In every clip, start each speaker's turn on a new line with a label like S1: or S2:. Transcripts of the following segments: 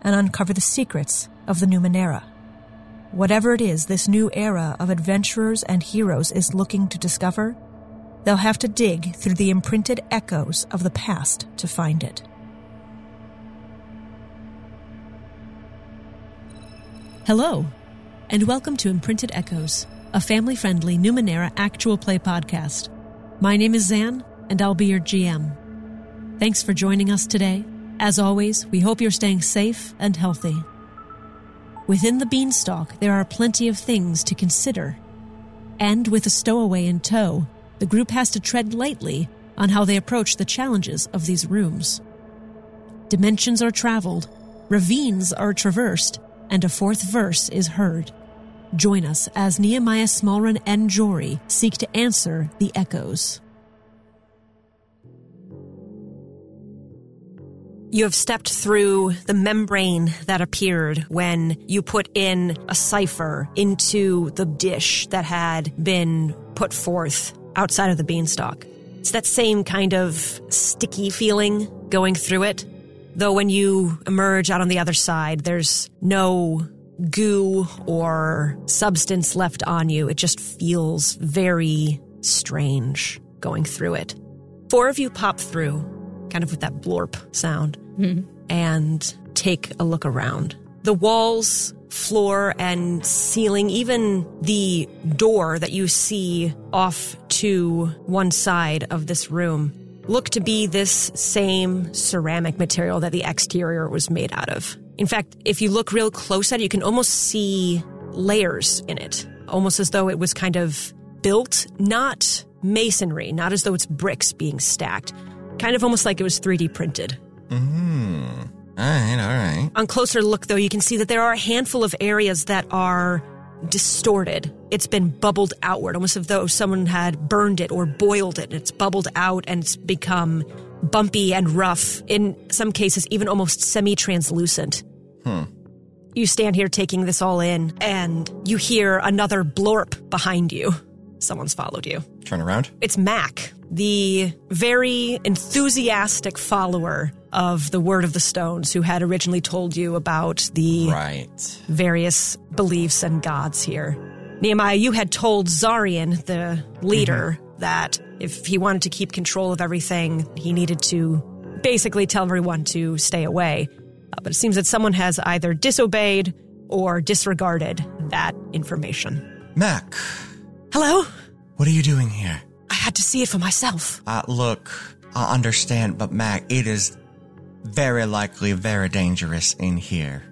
S1: and uncover the secrets of the Numenera. Whatever it is this new era of adventurers and heroes is looking to discover, they'll have to dig through the imprinted echoes of the past to find it. Hello, and welcome to Imprinted Echoes, a family friendly Numenera actual play podcast. My name is Zan, and I'll be your GM. Thanks for joining us today. As always, we hope you're staying safe and healthy. Within the beanstalk, there are plenty of things to consider. And with a stowaway in tow, the group has to tread lightly on how they approach the challenges of these rooms. Dimensions are traveled, ravines are traversed, and a fourth verse is heard. Join us as Nehemiah Smallrun and Jory seek to answer the echoes. You have stepped through the membrane that appeared when you put in a cipher into the dish that had been put forth outside of the beanstalk. It's that same kind of sticky feeling going through it. Though when you emerge out on the other side, there's no goo or substance left on you. It just feels very strange going through it. Four of you pop through, kind of with that blorp sound, mm-hmm. and take a look around. The walls, floor, and ceiling, even the door that you see off to one side of this room, look to be this same ceramic material that the exterior was made out of. In fact, if you look real close at it, you can almost see layers in it, almost as though it was kind of built, not masonry, not as though it's bricks being stacked, kind of almost like it was 3D printed.
S2: Hmm. All right, all right.
S1: On closer look, though, you can see that there are a handful of areas that are distorted. It's been bubbled outward, almost as though someone had burned it or boiled it. It's bubbled out and it's become bumpy and rough, in some cases, even almost semi translucent.
S2: Hmm.
S1: You stand here taking this all in, and you hear another blorp behind you. Someone's followed you.
S2: Turn around.
S1: It's Mac, the very enthusiastic follower of the Word of the Stones, who had originally told you about the
S2: Right.
S1: various beliefs and gods here. Nehemiah, you had told Zarian, the leader, that if he wanted to keep control of everything, he needed to basically tell everyone to stay away. Uh, but it seems that someone has either disobeyed or disregarded that information.
S2: Mac,
S1: Hello?
S2: what are you doing here?
S1: I had to see it for myself.
S2: Uh, look, I understand, but Mac, it is very likely very dangerous in here.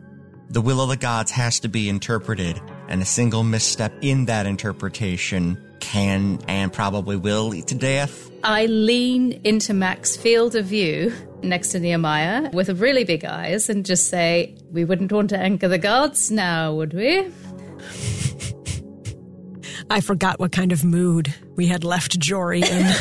S2: The will of the gods has to be interpreted, and a single misstep in that interpretation can and probably will lead to death.
S3: I lean into Mac's field of view next to Nehemiah with really big eyes and just say, We wouldn't want to anger the gods now, would we?
S1: I forgot what kind of mood we had left Jory in.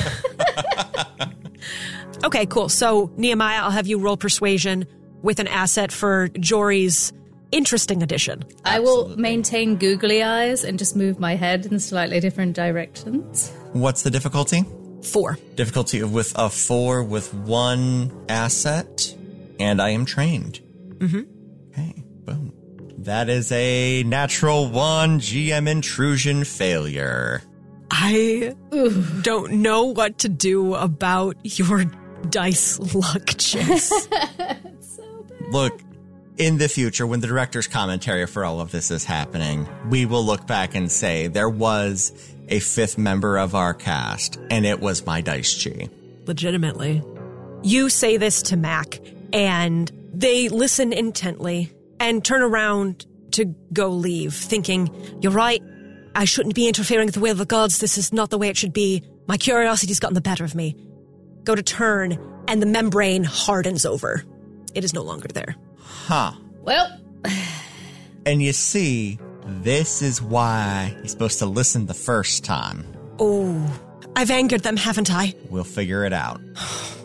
S1: okay, cool. So, Nehemiah, I'll have you roll persuasion with an asset for Jory's interesting addition.
S3: I will maintain googly eyes and just move my head in slightly different directions.
S2: What's the difficulty?
S1: Four.
S2: Difficulty with a four with one asset, and I am trained. Mm-hmm. Okay, boom. That is a natural one GM intrusion failure.
S1: I don't know what to do about your dice luck, Chase.
S2: Look, in the future, when the director's commentary for all of this is happening, we will look back and say there was a fifth member of our cast, and it was my dice chi.
S1: Legitimately. You say this to Mac, and they listen intently and turn around to go leave, thinking, You're right. I shouldn't be interfering with the will of the gods. This is not the way it should be. My curiosity's gotten the better of me. Go to turn, and the membrane hardens over. It is no longer there.
S2: Huh.
S3: Well,
S4: And you see, this is why you're supposed to listen the first time.
S1: Oh, I've angered them, haven't I?
S4: We'll figure it out.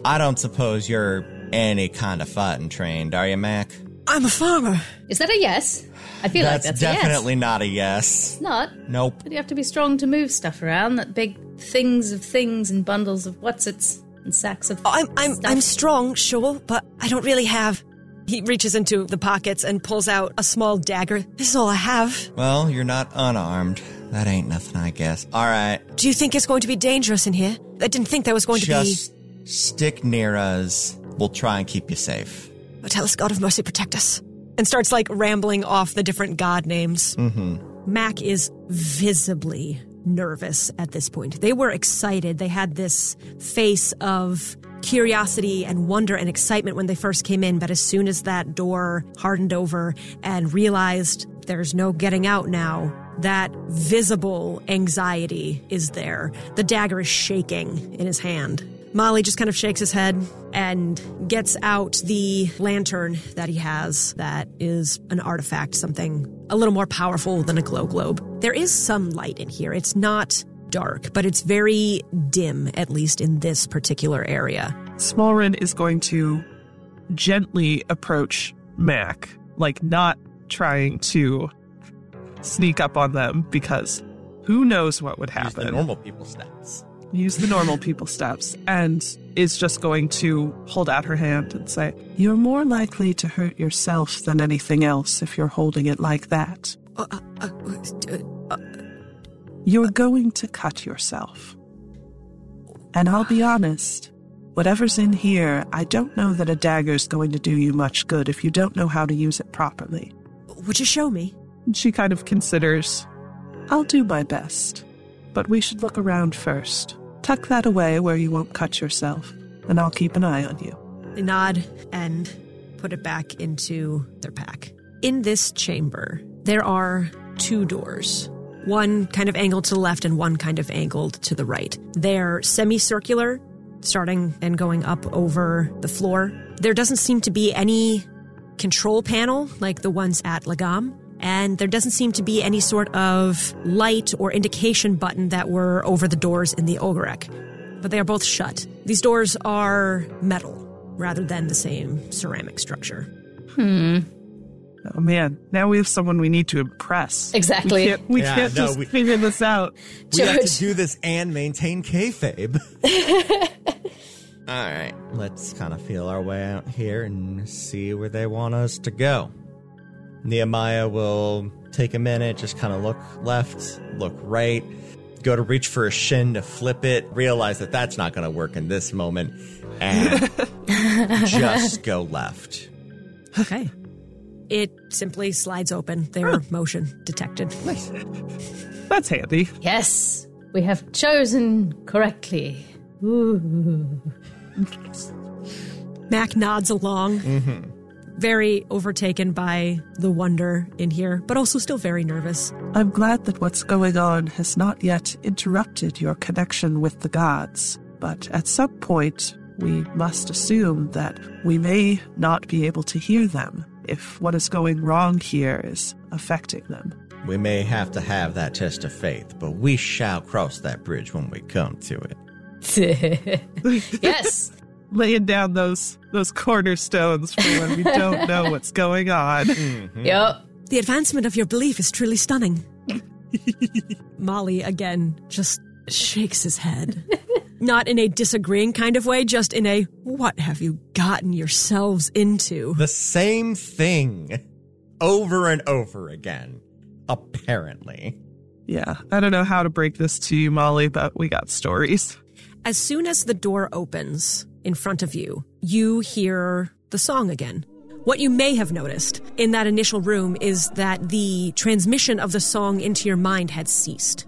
S4: I don't suppose you're any kind of fighting trained, are you, Mac?
S1: I'm a farmer.
S3: is that a yes? I feel like that's
S4: definitely
S3: a yes.
S4: not a yes.
S3: It's not.
S4: Nope.
S3: But you have to be strong to move stuff around. That big things of things and bundles of what's its and sacks of.
S1: I'm I'm
S3: stuff.
S1: I'm strong, sure, but I don't really have. He reaches into the pockets and pulls out a small dagger. This is all I have.
S4: Well, you're not unarmed. That ain't nothing, I guess. All right.
S1: Do you think it's going to be dangerous in here? I didn't think there was going
S4: Just stick near us. We'll try and keep you safe.
S1: to be. But tell us, God of mercy, protect us. And starts like rambling off the different god names. Mm-hmm. Mac is visibly nervous at this point. They were excited. They had this face of curiosity and wonder and excitement when they first came in. But as soon as that door hardened over and realized there's no getting out now, that visible anxiety is there. The dagger is shaking in his hand. Molly just kind of shakes his head and gets out the lantern that he has that is an artifact, something a little more powerful than a glow globe. There is some light in here. It's not dark, but it's very dim, at least in this particular area.
S5: Smallrin is going to gently approach Mac, like not trying to sneak up on them because who knows what would
S4: Use the
S5: happen.
S4: normal people stats.
S5: Use the normal people steps and is just going to hold out her hand and say, You're more likely to hurt yourself than anything else if you're holding it like that.
S1: Uh, uh, uh, uh,
S5: You're going to cut yourself. And I'll be honest, whatever's in here, I don't know that a dagger's going to do you much good if you don't know how to use it properly.
S1: would you show me?
S5: And she kind of considers, I'll do my best, but we should look around first. Tuck that away where you won't cut yourself, and I'll keep an eye on you.
S1: They nod and put it back into their pack. In this chamber, there are two doors. One kind of angled to the left and one kind of angled to the right. They're semicircular, starting and going up over the floor. There doesn't seem to be any control panel like the ones at Lagam. And there doesn't seem to be any sort of light or indication button that were over the doors in the Ogurek. But they are both shut. These doors are metal rather than the same ceramic structure.
S5: Oh man, now we have someone we need to impress.
S3: Exactly.
S5: We can't, we
S4: Yeah,
S5: can't
S4: no,
S5: just
S4: we-
S5: figure this out.
S4: We have
S3: George.
S4: to do this and maintain kayfabe. All right, let's kind of feel our way out here and see where they want us to go. Nehemiah will take a minute, just kind of look left, look right, go to reach for a shin to flip it, realize that that's not going to work in this moment, and just go left.
S1: Okay. It simply slides open. They were motion detected.
S5: That's handy.
S3: Yes, we have chosen correctly. Ooh.
S1: Mac nods along, very overtaken by the wonder in here, but also still very nervous.
S5: I'm glad that what's going on has not yet interrupted your connection with the gods, but at some point, we must assume that we may not be able to hear them if what is going wrong here is affecting them.
S4: We may have to have that test of faith, but we shall cross that bridge when we come to it.
S3: yes.
S5: Laying down those those cornerstones for when we don't know what's going on.
S3: Yep.
S1: The advancement of your belief is truly stunning. Molly again just shakes his head. Not in a disagreeing kind of way, just in a what have you gotten yourselves into?
S4: the same thing over and over again, apparently.
S5: Yeah, I don't know how to break this to you, Molly, but we got stories.
S1: As soon as the door opens in front of you, you hear the song again. What you may have noticed in that initial room is that the transmission of the song into your mind had ceased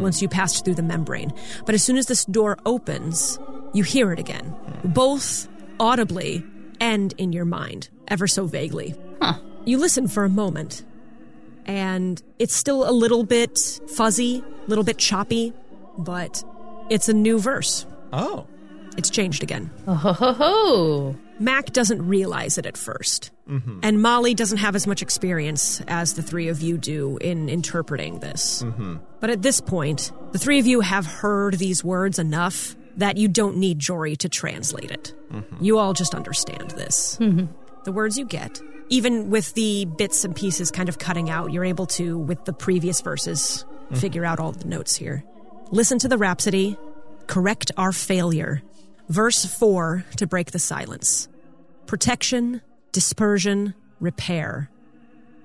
S1: once you passed through the membrane. But as soon as this door opens, you hear it again, both audibly and in your mind, ever so vaguely. You listen for a moment, and it's still a little bit fuzzy, a little bit choppy, but it's a new verse.
S4: Oh.
S1: It's changed again.
S3: Oh ho ho ho.
S1: Mac doesn't realize it at 1st And Molly doesn't have as much experience as the three of you do in interpreting this. But at this point, the three of you have heard these words enough that you don't need Jory to translate it. You all just understand this. The words you get, even with the bits and pieces kind of cutting out, you're able to, with the previous verses, figure out all the notes here. Listen to the Rhapsody, correct our failure. Verse 4 to break the silence protection, dispersion, repair.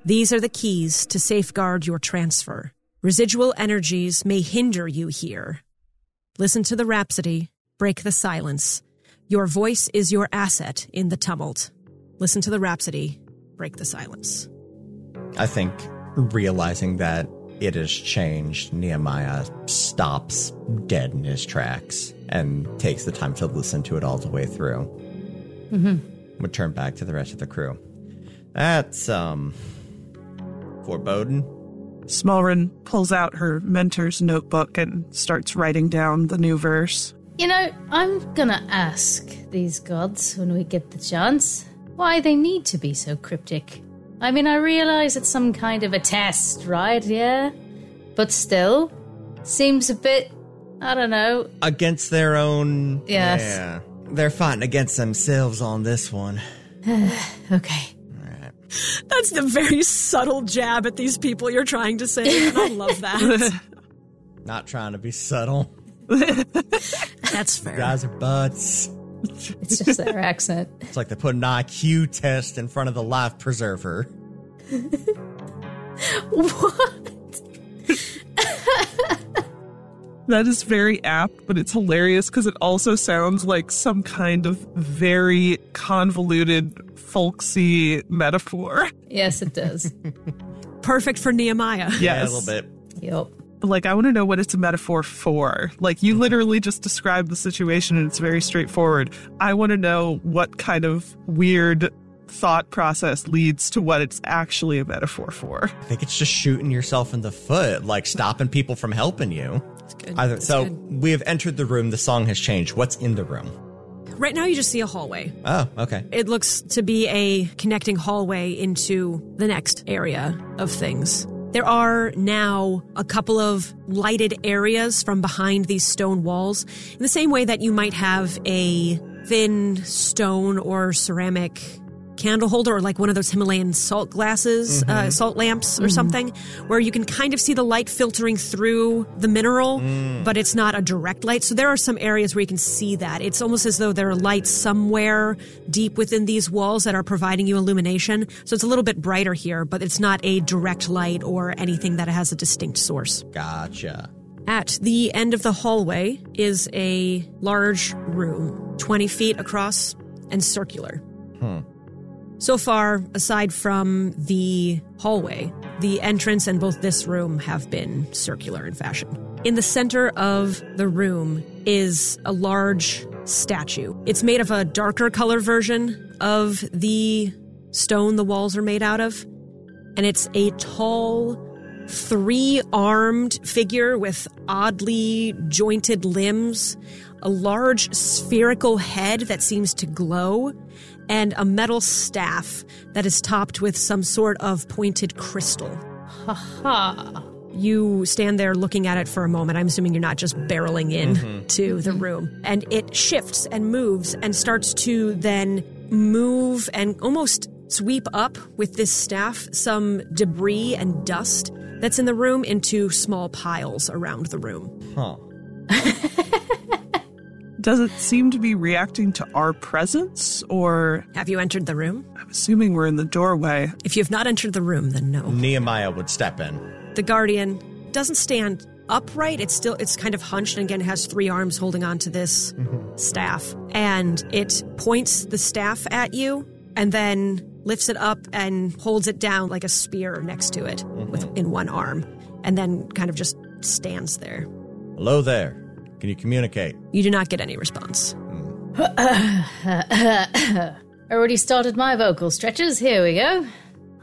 S1: These are the keys to safeguard your transfer. Residual energies may hinder you here. Listen to the rhapsody, break the silence. Your voice is your asset in the tumult. Listen to the rhapsody, break the silence.
S2: I think realizing that it has changed, Nehemiah stops dead in his tracks and takes the time to listen to it all the way through. Mm-hmm. Would turn back to the rest of the crew. That's um foreboding.
S5: Smallrin pulls out her mentor's notebook and starts writing down the new verse.
S3: You know, I'm gonna ask these gods when we get the chance why they need to be so cryptic. I mean, I realize it's some kind of a test, right? Yeah? But still, seems a bit. I don't know.
S2: Against their own
S3: Yes.
S2: Yeah. They're fighting against themselves on this one.
S3: Okay.
S1: That's the very subtle jab at these people you're trying to say. And I love that.
S2: Not trying to be subtle.
S1: That's fair.
S2: Guys are butts.
S3: It's just their accent.
S2: It's like they put an IQ test in front of the life preserver.
S3: What?
S5: That is very apt, but it's hilarious because it also sounds like some kind of very convoluted, folksy metaphor.
S3: Yes, it does.
S1: Perfect for Nehemiah.
S2: Yeah, a little bit.
S3: yep.
S5: Like, I want to know what it's a metaphor for. Like, you literally just described the situation and it's very straightforward. I want to know what kind of weird thought process leads to what it's actually a metaphor for.
S2: I think it's just shooting yourself in the foot, like stopping people from helping you. Either, so we have entered the room. The song has changed. What's in the room?
S1: Right now, you just see a hallway.
S2: Oh, okay.
S1: It looks to be a connecting hallway into the next area of things. There are now a couple of lighted areas from behind these stone walls, in the same way that you might have a thin stone or ceramic candle holder or like one of those Himalayan salt glasses, uh, salt lamps or something, where you can kind of see the light filtering through the mineral, but it's not a direct light. So there are some areas where you can see that. It's almost as though there are lights somewhere deep within these walls that are providing you illumination. So it's a little bit brighter here, but it's not a direct light or anything that has a distinct source.
S2: Gotcha.
S1: At the end of the hallway is a large room, 20 feet across and circular. So far, aside from the hallway, the entrance and both this room have been circular in fashion. In the center of the room is a large statue. It's made of a darker color version of the stone the walls are made out of and it's a tall, three armed figure with oddly jointed limbs, a large spherical head that seems to glow, and a metal staff that is topped with some sort of pointed crystal.
S3: Ha.
S1: You stand there looking at it for a moment. I'm assuming you're not just barreling in to the room. And it shifts and moves and starts to then move and almost sweep up with this staff some debris and dust that's in the room into small piles around the room.
S2: Huh.
S5: Does it seem to be reacting to our presence, or
S1: Have you entered the room?
S5: I'm assuming we're in the doorway?
S1: If you have not entered the room, then no.
S2: Nehemiah would step in.
S1: The guardian doesn't stand upright. It's still it's kind of hunched and again has three arms holding onto this staff. And it points the staff at you and then lifts it up and holds it down like a spear next to it with in one arm and then kind of just stands there.
S2: Hello there. Can you communicate?
S1: You do not get any response.
S3: I already started my vocal stretches. Here we go.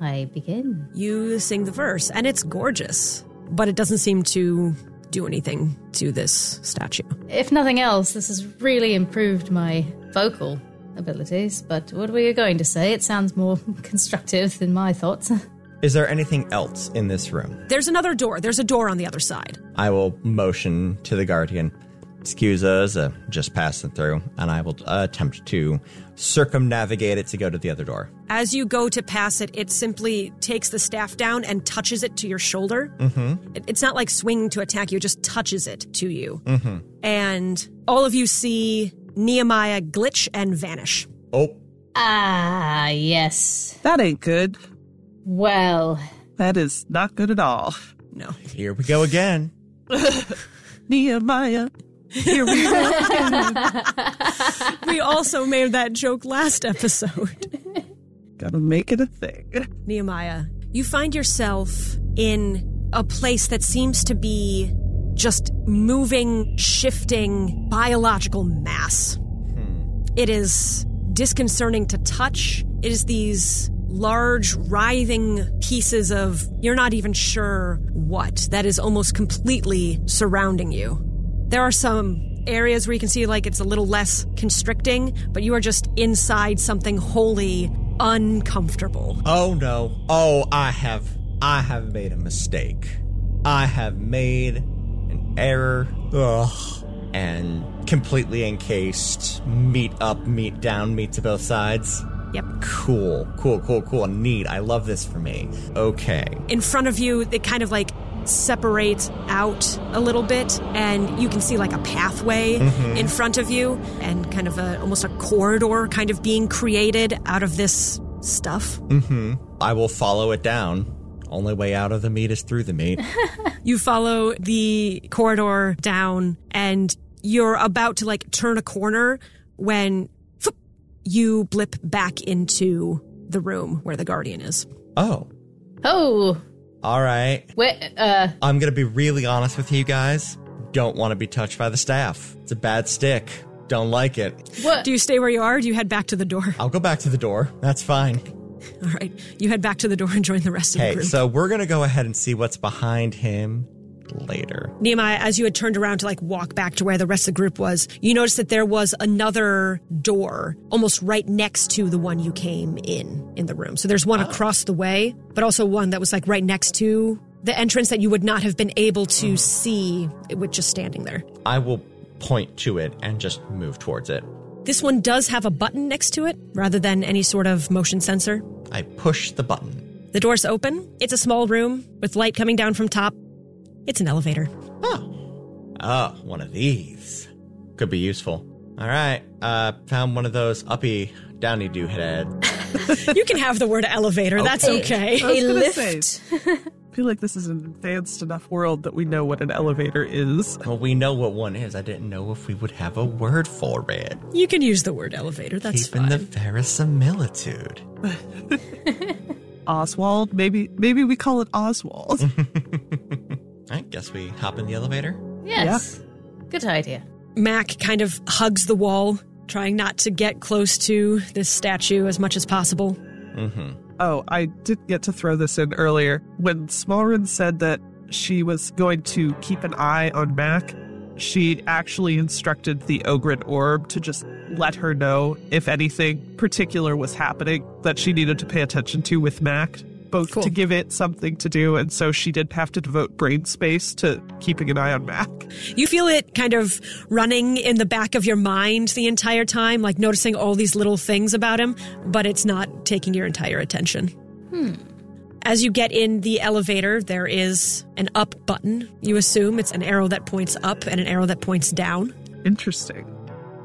S3: I begin.
S1: You sing the verse and it's gorgeous, but it doesn't seem to do anything to this statue.
S3: If nothing else, this has really improved my vocal abilities, but what were you going to say? It sounds more constructive than my thoughts.
S4: Is there anything else in this room?
S1: There's another door. There's a door on the other side.
S4: I will motion to the guardian. Excuse us, uh, just passing through, and I will uh, attempt to circumnavigate it to go to the other door.
S1: As you go to pass it, it simply takes the staff down and touches it to your shoulder. Mm-hmm. it's not like swinging to attack you, it just touches it to you. Mm-hmm. And all of you see Nehemiah glitch and vanish.
S4: Oh,
S3: Ah, yes.
S5: That ain't good.
S3: Well,
S5: That is not good at all.
S1: No.
S4: here we go again.
S5: Nehemiah, here we go.
S1: we also made that joke last episode.
S5: Gotta make it a thing.
S1: Nehemiah, you find yourself in a place that seems to be just moving, shifting biological mass. It is disconcerting to touch. It is these large, writhing pieces of you're not even sure what that is almost completely surrounding you. There are some areas where you can see like it's a little less constricting, but you are just inside something wholly uncomfortable.
S4: Oh no. Oh, I have I have made a mistake. I have made an error. Ugh. And completely encased. Meat up, meat down, meat to both sides.
S1: Yep.
S4: Cool, cool, cool, cool. Neat. I love this for me. Okay.
S1: in front of you they kind of like separate out a little bit and you can see like a pathway in front of you and kind of a almost a corridor kind of being created out of this stuff
S4: I will follow it down. Only way out of the meat is through the meat.
S1: you follow the corridor down and you're about to like turn a corner when flip, you blip back into the room where the guardian is
S4: oh.
S3: oh,
S4: All right.
S3: wait, uh,
S4: I'm going to be really honest with you guys. Don't want to be touched by the staff. It's a bad stick. Don't like it.
S3: what?
S1: do you stay where you are or do you head back to the door
S4: I'll go back to the door. That's fine.
S1: all right you head back to the door and join the rest of the
S4: Okay,
S1: group
S4: so we're gonna go ahead and see what's behind him later.
S1: Nehemiah, as you had turned around to like walk back to where the rest of the group was, you noticed that there was another door almost right next to the one you came in in the room. So there's one
S5: Oh.
S1: across the way, but also one that was like right next to the entrance that you would not have been able to
S5: Mm-hmm.
S1: see with just standing there.
S4: I will point to it and just move towards it.
S1: This one does have a button next to it rather than any sort of motion sensor.
S4: I push the button.
S1: The door's open. It's a small room with light coming down from top. It's an elevator.
S4: Oh, one of these. Could be useful. All right, uh, found one of those uppy, downy do head.
S1: you can have the word elevator. That's okay.
S5: I was
S3: a
S5: gonna
S3: lift?
S5: say. I feel like this is an advanced enough world that we know what an elevator is.
S4: Well, we know what one is. I didn't know if we would have a word for it.
S1: You can use the word elevator. That's
S4: Keeping
S1: fine.
S4: the verisimilitude.
S5: Oswald, maybe maybe we call it Oswald.
S4: I guess we hop in the elevator.
S3: yes. Good idea.
S1: Mac kind of hugs the wall, trying not to get close to this statue as much as possible.
S5: Oh, I did get to throw this in earlier. When Smallrin said that she was going to keep an eye on Mac, she actually instructed the Ogrin Orb to just let her know if anything particular was happening that she needed to pay attention to with Mac, both
S1: Cool.
S5: to give it something to do, and so she didn't have to devote brain space to keeping an eye on Mac.
S1: You feel it kind of running in the back of your mind the entire time, like noticing all these little things about him, but it's not taking your entire attention. Hmm. As you get in the elevator, there is an up button. You assume it's an arrow that points up and an arrow that points down.
S5: Interesting.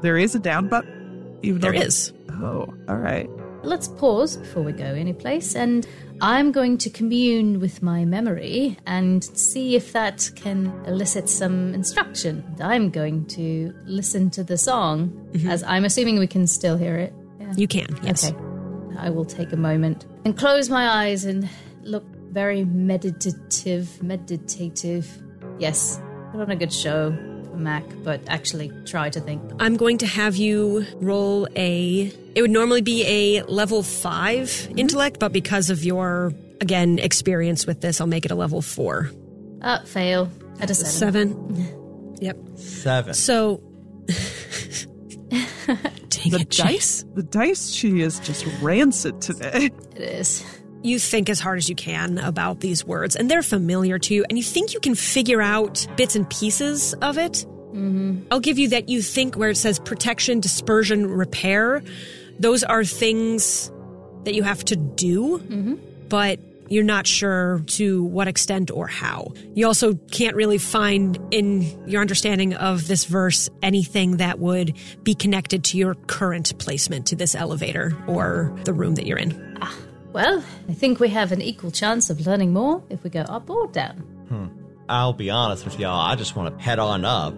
S5: There is a down button? Even
S1: There
S5: though-
S1: is.
S5: Oh, all right.
S3: Let's pause before we go anyplace, and I'm going to commune with my memory and see if that can elicit some instruction. I'm going to listen to the song, as I'm assuming we can still hear it. Yeah.
S1: You can, yes.
S3: Okay. I will take a moment and close my eyes and look very meditative. Meditative. Yes, put on a good show for Mac, but actually try to think.
S1: I'm going to have you roll a. It would normally be a level 5
S5: Mm-hmm.
S1: intellect, but because of your, again, experience with this, I'll make it a level four.
S3: Uh, fail at a seven.
S1: Seven. yep.
S4: Seven.
S1: So. Dang
S5: the
S1: it, Jay.
S5: dice, the dice, she is just rancid today.
S3: It is.
S1: You think as hard as you can about these words, and they're familiar to you, and you think you can figure out bits and pieces of it. I'll give you that you think where it says protection, dispersion, repair. Those are things that you have to do, but you're not sure to what extent or how. You also can't really find in your understanding of this verse anything that would be connected to your current placement to this elevator or the room that you're in.
S3: Well, I think we have an equal chance of learning more if we go up or down.
S4: I'll be honest with y'all, I just want to head on up.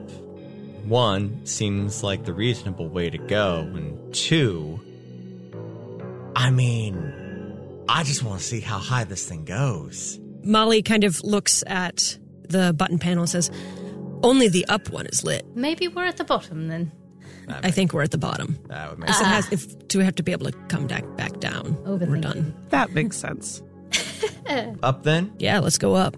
S4: One, seems like the reasonable way to go, and two, I mean, I just want to see how high this thing goes.
S1: Molly kind of looks at the button panel and says, Only the up one is lit.
S3: Maybe we're at the bottom then.
S1: I think we're at the bottom.
S4: That would make
S1: Because it has, if, do we have to be able to come back, back down? We're
S3: Overthinking.
S1: done.
S5: That makes sense.
S1: Uh.
S4: Up then?
S1: Yeah, let's go up.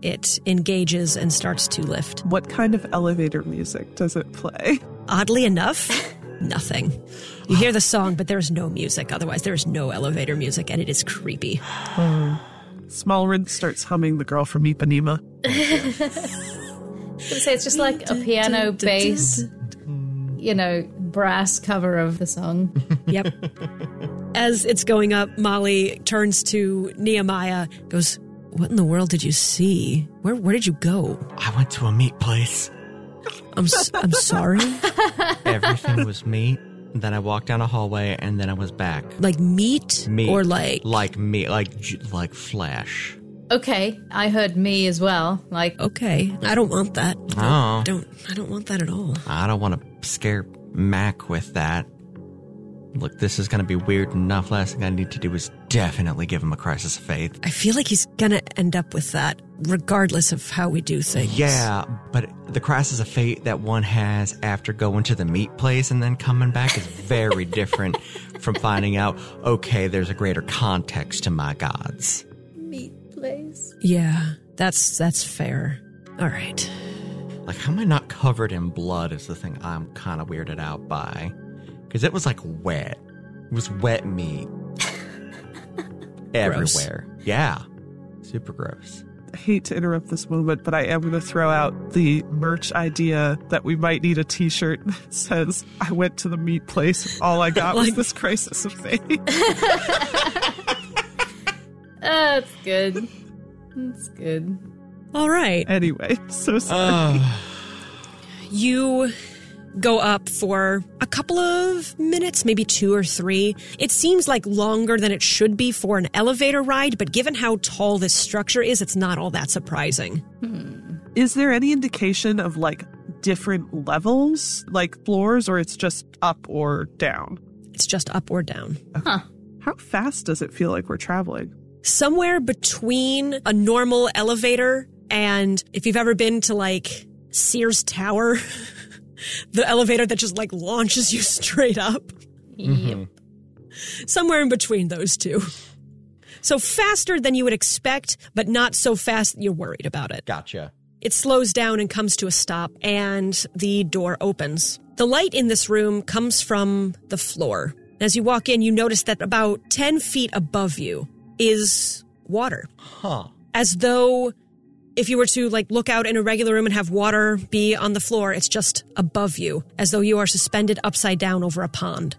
S1: It engages and starts to lift.
S5: What kind of elevator music does it play?
S1: Oddly enough, nothing. You hear the song, but there's no music. Otherwise, there is no elevator music, and it is creepy.
S5: Smallrid starts humming the girl from Ipanema.
S3: I was gonna say it's just like a piano bass, you know, brass cover of the song.
S1: Yep. As it's going up, Molly turns to Nehemiah, goes, What in the world did you see? Where, where did you go?
S4: I went to a meat place.
S1: I'm, s- I'm sorry.
S4: Everything was meat. and Then I walked down a hallway, and then I was back.
S1: Like meat,
S4: Meat.
S1: or like
S4: Like meat. Like, j- like flesh.
S3: Okay, I heard me as well. Like,
S1: okay, I don't want that.
S4: Oh.
S1: Don't I don't want that at all.
S4: I don't want to scare Mac with that. Look, this is going to be weird enough. Last thing I need to do is definitely give him a crisis of faith.
S1: I feel like he's gonna end up with that, regardless of how we do things.
S4: Yeah, but the crisis of fate that one has after going to the meat place and then coming back is very different from finding out, okay, there's a greater context to my gods.
S1: yeah, that's that's fair. All right.
S4: Like, how am I not covered in blood is the thing I'm kind of weirded out by. Because it was like wet. It was wet meat. Everywhere. Yeah. Super gross.
S5: I hate to interrupt this moment, but I am going to throw out the merch idea that we might need a t shirt that says, I went to the meat place. and All I got was this crisis of faith.
S3: that's good. That's good.
S1: All right.
S5: anyway, so sorry.
S1: you go up for a couple of minutes, maybe two or three. It seems like longer than it should be for an elevator ride, but given how tall this structure is, it's not all that surprising.
S5: Is there any indication of like different levels, like floors, or it's just up or down?
S1: It's just up or down.
S5: How fast does it feel like we're traveling?
S1: somewhere between a normal elevator and if you've ever been to like Sears Tower, the elevator that just like launches you straight up,
S3: Yep.
S1: somewhere in between those two. So faster than you would expect, but not so fast that you're worried about it.
S4: Gotcha.
S1: It slows down and comes to a stop, and the door opens. The light in this room comes from the floor. As you walk in, you notice that about 10 feet above you is water.
S4: Huh.
S1: As though if you were to like look out in a regular room and have water be on the floor, it's just above you, as though you are suspended upside down over a pond.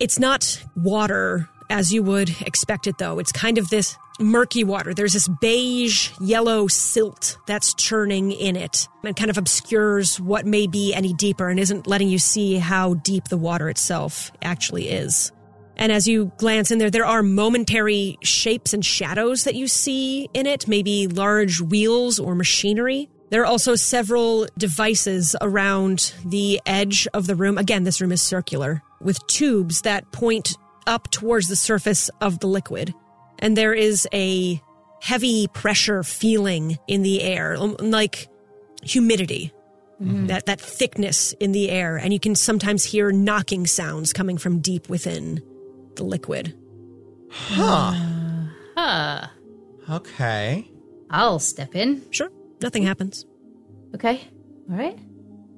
S1: It's not water as you would expect it, though. It's kind of this murky water. There's this beige yellow silt that's churning in it and kind of obscures what may be any deeper and isn't letting you see how deep the water itself actually is. And as you glance in there, there are momentary shapes and shadows that you see in it, maybe large wheels or machinery. There are also several devices around the edge of the room. Again, this room is circular, with tubes that point up towards the surface of the liquid. And there is a heavy pressure feeling in the air, um, like humidity that that thickness in the air and you can sometimes hear knocking sounds coming from deep within the liquid
S4: Huh.
S3: Huh.
S4: Okay.
S3: I'll step in.
S1: sure nothing happens
S3: Okay. All right.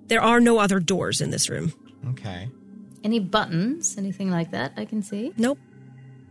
S1: there are no other doors in this room
S4: Okay.
S3: Any buttons, anything like that I can see?
S1: Nope.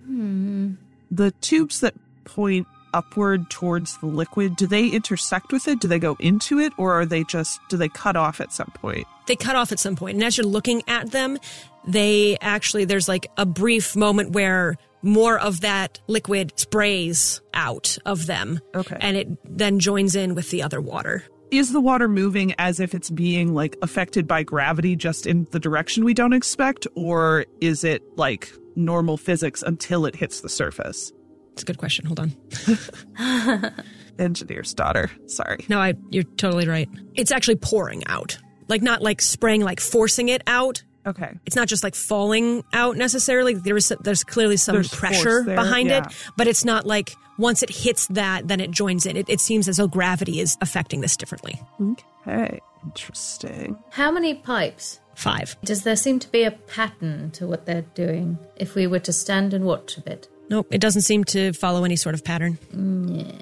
S5: The tubes that point upward towards the liquid, do they intersect with it? Do they go into it? Or are they just, do they cut off at some point?
S1: They cut off at some point, and as you're looking at them, they actually there's like a brief moment where more of that liquid sprays out of them.
S5: Okay.
S1: And it then joins in with the other water.
S5: Is the water moving as if it's being like affected by gravity just in the direction we don't expect? Or is it like normal physics until it hits the surface?
S1: It's a good question. Hold on.
S5: Engineer's daughter. Sorry.
S1: No, I you're totally right. It's actually pouring out. Like not like spraying like forcing it out.
S5: Okay.
S1: It's not just like falling out necessarily. There is there's clearly some
S5: There's
S1: pressure
S5: force there,
S1: behind
S5: yeah.
S1: it, but it's not like once it hits that then it joins in. It, it seems as though gravity is affecting this differently.
S5: Okay. Interesting.
S3: How many pipes?
S1: Five.
S3: Does there seem to be a pattern to what they're doing if we were to stand and watch a bit?
S1: Nope, it doesn't seem to follow any sort of pattern.
S5: Mm.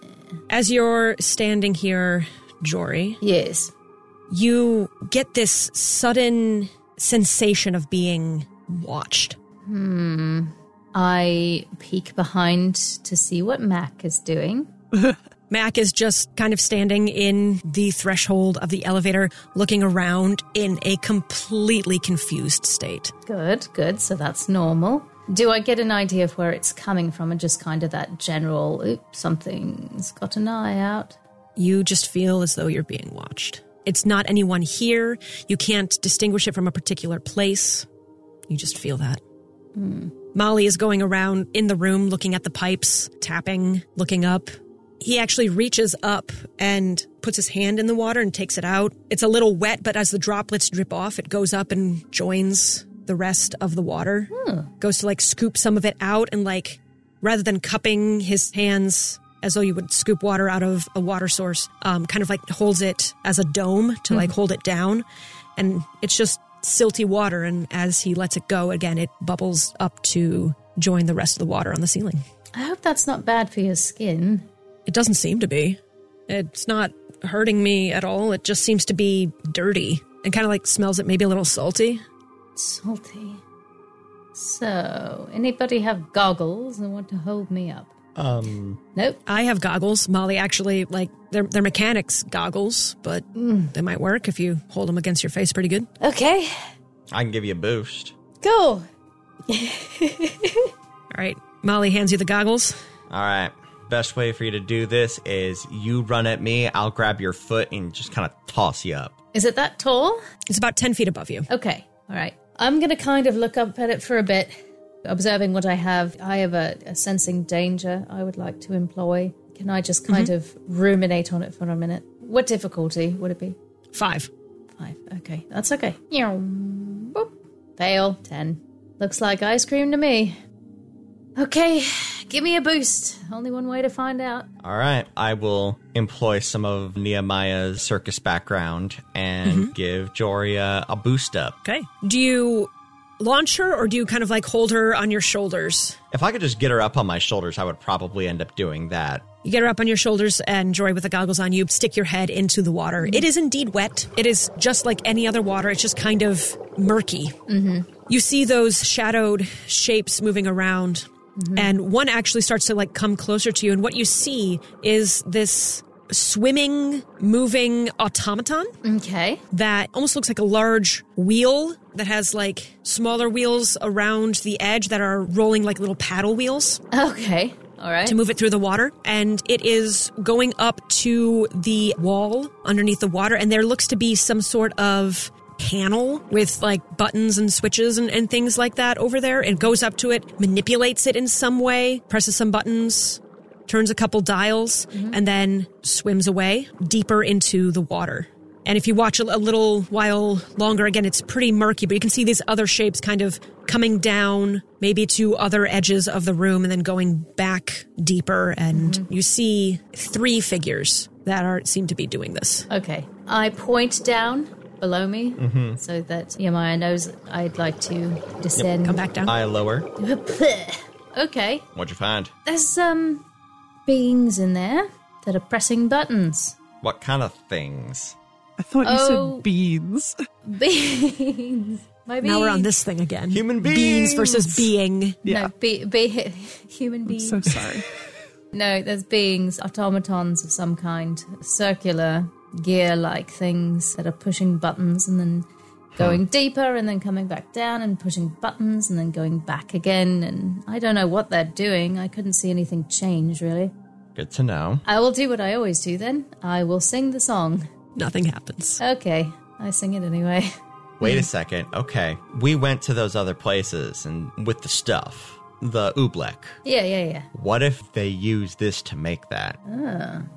S1: As you're standing here, Jory,
S3: Yes.
S1: you get this sudden sensation of being watched.
S3: I peek behind to see what Mac is doing.
S1: Mac is just kind of standing in the threshold of the elevator, looking around in a completely confused state.
S3: Good, good. So that's normal. Do I get an idea of where it's coming from and just kind of that general, oops, something's got an eye out?
S1: You just feel as though you're being watched. It's not anyone here. You can't distinguish it from a particular place. You just feel that. Molly is going around in the room looking at the pipes, tapping, looking up. He actually reaches up and puts his hand in the water and takes it out. It's a little wet, but as the droplets drip off, it goes up and joins the rest of the water. Goes to like scoop some of it out and like rather than cupping his hands as though you would scoop water out of a water source, um, kind of like holds it as a dome to like hold it down. And it's just silty water. And as he lets it go again, it bubbles up to join the rest of the water on the ceiling.
S3: I hope that's not bad for your skin.
S1: It doesn't seem to be. It's not hurting me at all. It just seems to be dirty and kind of like smells it maybe a little salty.
S3: Salty. So, anybody have goggles and want to hold me up?
S4: Um,
S3: Nope.
S1: I have goggles. Molly actually like they're they're mechanics goggles, but they might work if you hold them against your face pretty good.
S3: Okay,
S4: I can give you a boost.
S3: go.
S1: All right. Molly hands you the goggles.
S4: All right. Best way for you to do this is you run at me, I'll grab your foot and just kind of toss you up.
S3: Is it that tall?
S1: It's about 10 feet above you.
S3: Okay, all right. I'm going to kind of look up at it for a bit, observing what I have. I have a, a sensing danger I would like to employ. Can I just kind of ruminate on it for a minute? What difficulty would it be?
S1: Five.
S3: Five. Okay, that's okay. Meow. Boop. Fail. Ten. Looks like ice cream to me. Okay, give me a boost. Only one way to find out.
S4: All right. I will employ some of Nehemiah's circus background and give Joria a boost up.
S1: Okay. Do you launch her or do you kind of like hold her on your shoulders?
S4: If I could just get her up on my shoulders, I would probably end up doing that.
S1: You get her up on your shoulders, and Jory, with the goggles on, you stick your head into the water. It is indeed wet. It is just like any other water, it's just kind of murky. Mm-hmm. You see those shadowed shapes moving around, and one actually starts to like come closer to you. And what you see is this swimming, moving automaton.
S3: Okay.
S1: that almost looks like a large wheel that has like smaller wheels around the edge that are rolling like little paddle wheels
S3: Okay. All right.
S1: to move it through the water. And it is going up to the wall underneath the water. And there looks to be some sort of panel with like buttons and switches and, and things like that over there. It goes up to it, manipulates it in some way, presses some buttons. Turns a couple dials and then swims away deeper into the water. And if you watch a, a little while longer, again, it's pretty murky, but you can see these other shapes kind of coming down, maybe to other edges of the room, and then going back deeper. And you see three figures that are seem to be doing this.
S3: Okay. I point down below me
S1: Mm-hmm.
S3: so that Yamaya knows I'd like to descend.
S1: Come back down.
S4: I lower.
S3: okay.
S4: What'd you find?
S3: There's um beings in there that are pressing buttons.
S4: What kind of things?
S5: I thought you
S3: Oh.
S5: said beans.
S3: Beans. My beans.
S1: Now we're on this thing again.
S4: Human
S1: Beans
S4: beings.
S1: versus being.
S5: Yeah.
S3: No, be, be, human beings.
S5: So sorry.
S3: No, there's beings, automatons of some kind, circular gear like things that are pushing buttons and then going deeper and then coming back down and pushing buttons and then going back again. And I don't know what they're doing. I couldn't see anything change really.
S4: Good to know.
S3: I will do what I always do then. I will sing the song.
S1: Nothing happens.
S3: Okay, I sing it anyway.
S4: Wait a second. Okay. We went to those other places and with the stuff, the oobleck.
S3: Yeah, yeah, yeah.
S4: What if they use this to make that?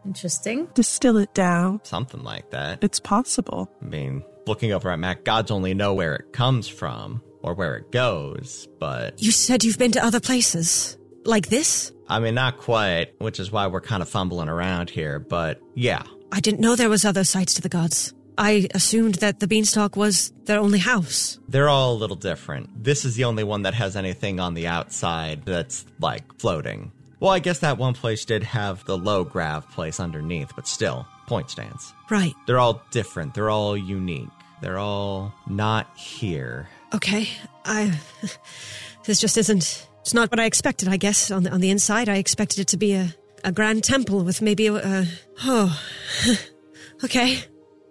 S3: Interesting.
S5: Distill it down.
S4: Something like that.
S5: It's possible.
S4: I mean, looking over at Mac, gods only know where it comes from or where it goes, but
S1: You said you've been to other places. Like this?
S4: I mean, not quite, which is why we're kind of fumbling around here, but yeah.
S1: I didn't know there was other sites to the gods. I assumed that the beanstalk was their only house.
S4: They're all a little different. This is the only one that has anything on the outside that's like floating. Well, I guess that one place did have the low grav place underneath, but still, point stands.
S1: Right.
S4: They're all different. They're all unique. They're all not here.
S1: Okay. I this just isn't it's not what I expected, I guess. On the on the inside, I expected it to be a, a grand temple with maybe a, a oh okay.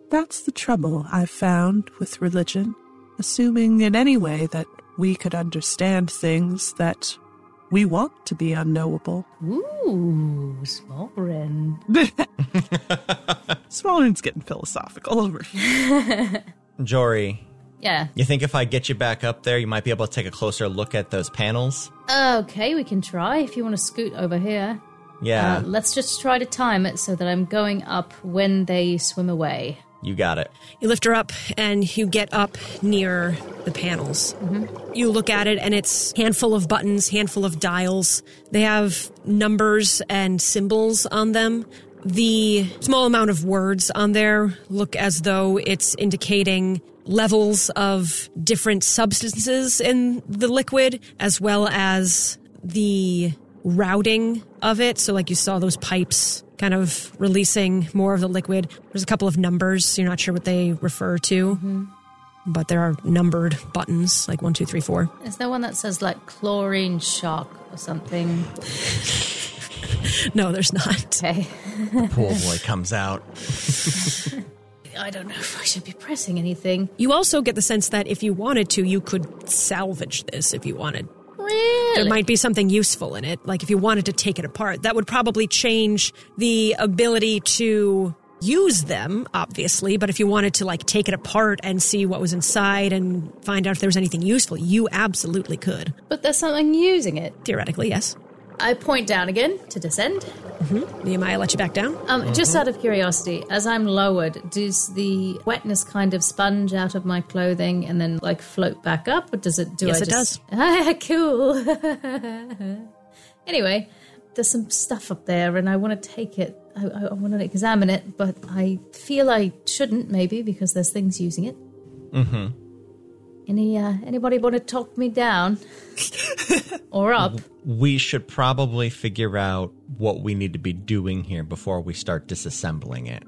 S5: That's the trouble I've found with religion, assuming in any way that we could understand things that we want to be unknowable.
S3: Ooh, Smolgren.
S5: Smallman's getting philosophical over here.
S4: Jory,
S3: Yeah.
S4: you think if I get you back up there, you might be able to take a closer look at those panels?
S3: Okay, we can try if you want to scoot over here.
S4: Yeah,
S3: Uh, let's just try to time it so that I'm going up when they swim away.
S4: you got it.
S1: You lift her up and you get up near the panels. You look at it and it's handful of buttons, handful of dials. They have numbers and symbols on them. The small amount of words on there look as though it's indicating levels of different substances in the liquid as well as the routing of it. So, like you saw those pipes kind of releasing more of the liquid. There's a couple of numbers. So you're not sure what they refer to, but there are numbered buttons like one, two, three, four.
S3: Is there one that says like chlorine shock or something?
S1: No, there's not.
S3: Okay.
S4: Pool boy comes out.
S3: I don't know if I should be pressing anything.
S1: You also get the sense that if you wanted to, you could salvage this if you wanted.
S3: Really?
S1: There might be something useful in it. Like if you wanted to take it apart, that would probably change the ability to use them, obviously. But if you wanted to like take it apart and see what was inside and find out if there was anything useful, you absolutely could.
S3: but there's something using it.
S1: Theoretically, yes.
S3: I point down again to descend.
S1: Nehemiah let you back down.
S3: Um, Just out of curiosity, as I'm lowered, does the wetness kind of sponge out of my clothing and then like float back up, or does it? Do
S1: Yes,
S3: I
S1: it
S3: just... does. Ah, cool. anyway, there's some stuff up there, and I want to take it. I, I, I want to examine it, but I feel I shouldn't, maybe because there's things using it. Mm-hmm. Any uh, anybody want to talk me down or up?
S4: We should probably figure out what we need to be doing here before we start disassembling it.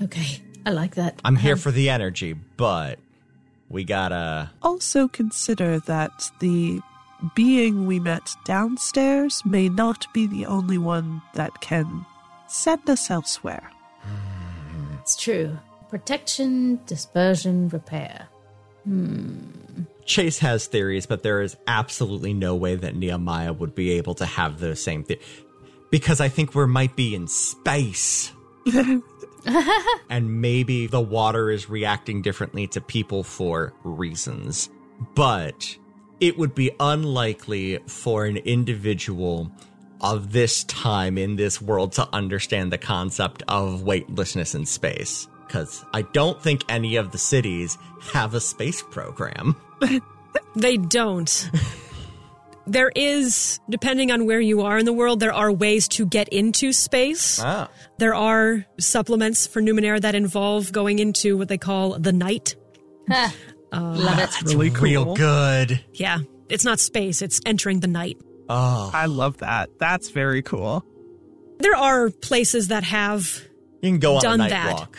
S3: Okay, I like that.
S4: I'm here for the energy, but we gotta.
S5: Also consider that the being we met downstairs may not be the only one that can send us elsewhere.
S3: It's true. Protection, dispersion, repair.
S4: Chase has theories, but there is absolutely no way that Nehemiah would be able to have those same theories. Because I think we might be in space. and maybe the water is reacting differently to people for reasons. But it would be unlikely for an individual of this time in this world to understand the concept of weightlessness in space. Because I don't think any of the cities have a space program.
S1: They don't. there is, depending on where you are in the world, there are ways to get into space.
S4: Ah.
S1: There are supplements for Numenera that involve going into what they call the night.
S3: Love it.
S5: Really
S4: Real good.
S1: Yeah, it's not space, it's entering the night.
S4: Oh,
S5: I love that. That's very cool.
S1: There are places that have
S4: You can go on a
S1: Done
S4: night
S1: that.
S4: walk.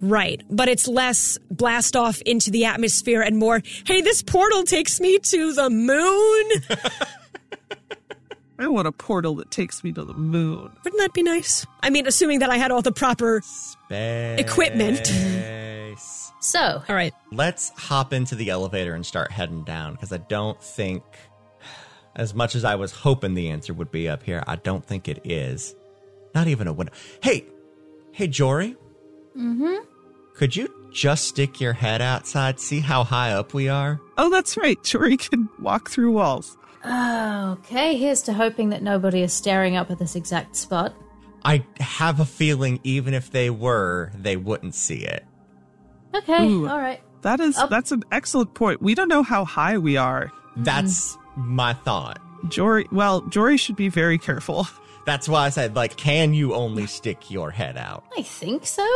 S1: Right. But it's less blast off into the atmosphere and more, hey, this portal takes me to the moon.
S5: I want a portal that takes me to the moon.
S1: Wouldn't that be nice? I mean, assuming that I had all the proper. Equipment.
S4: Space.
S3: So,
S1: All right.
S4: Let's hop into the elevator and start heading down because I don't think, as much as I was hoping the answer would be up here, I don't think it is. Not even a window. Hey, hey, Jory. Mm hmm. Could you just stick your head outside, see how high up we are?
S5: Oh, that's right. Jory can walk through walls.
S3: okay, here's to hoping that nobody is staring up at this exact spot.
S4: I have a feeling even if they were, they wouldn't see it.
S3: Okay,
S5: Ooh.
S3: all right.
S5: That is
S3: Up.
S5: that's an excellent point. We don't know how high we are.
S4: That's my thought.
S5: Jory, well, Jory should be very careful.
S4: That's why I said, like, can you only stick your head out?
S3: I think so.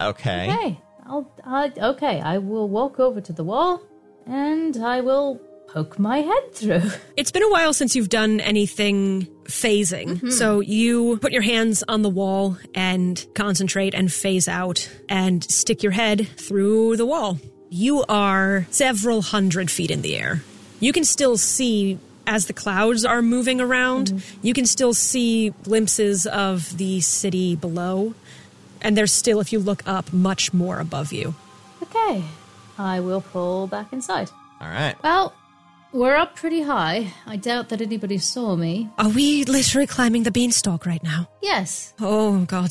S4: Okay.
S3: Okay, I'll. I, okay, I will walk over to the wall, and I will poke my head through.
S1: It's been a while since you've done anything phasing. So you put your hands on the wall and concentrate and phase out and stick your head through the wall. You are several hundred feet in the air. You can still see as the clouds are moving around, you can still see glimpses of the city below. And there's still, if you look up, much more above you.
S3: Okay, I will pull back inside.
S4: All right.
S3: Well, we're up pretty high. I doubt that anybody saw me.
S1: Are we literally climbing the beanstalk right now?
S3: Yes,
S1: Oh God.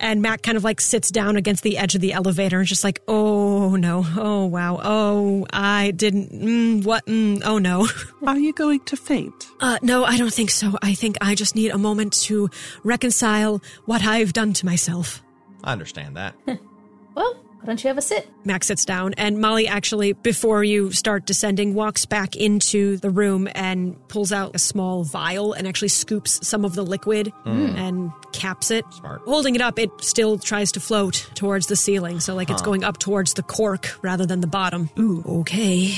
S1: And Mac kind of like sits down against the edge of the elevator and just like, oh no, oh wow, oh I didn't, mm, what, mm, oh no.
S5: Are you going to faint?
S1: Uh, no, I don't think so. I think I just need a moment to reconcile what I've done to myself.
S4: I understand that.
S3: Well, why don't you have a sit?
S1: Mac sits down, and Molly actually, before you start descending, walks back into the room and pulls out a small vial and actually scoops some of the liquid and caps it.
S4: Smart.
S1: Holding it up, it still tries to float towards the ceiling, so like it's going up towards the cork rather than the bottom. Ooh. Okay.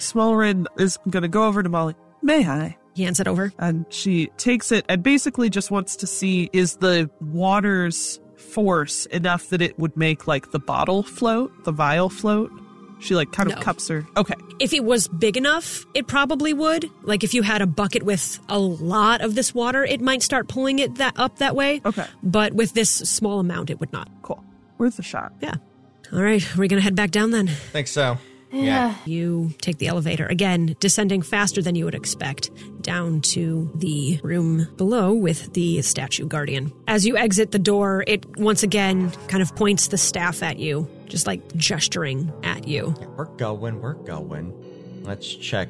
S5: Smallrin is going to go over to Molly. May I?
S1: He hands it over.
S5: And she takes it and basically just wants to see is the water's force enough that it would make like the bottle float, the vial float? She like kind
S1: No.
S5: of cups her. Okay.
S1: If it was big enough, it probably would. Like if you had a bucket with a lot of this water, it might start pulling it that up that way.
S5: Okay.
S1: But with this small amount, it would not.
S5: Cool. Worth a shot.
S1: Yeah. All right, we're gonna head back down then.
S4: Think so.
S1: You take the elevator again, descending faster than you would expect, down to the room below with the statue guardian. As you exit the door, it once again kind of points the staff at you, just like gesturing at you.
S4: Yeah, we're going, we're going. Let's check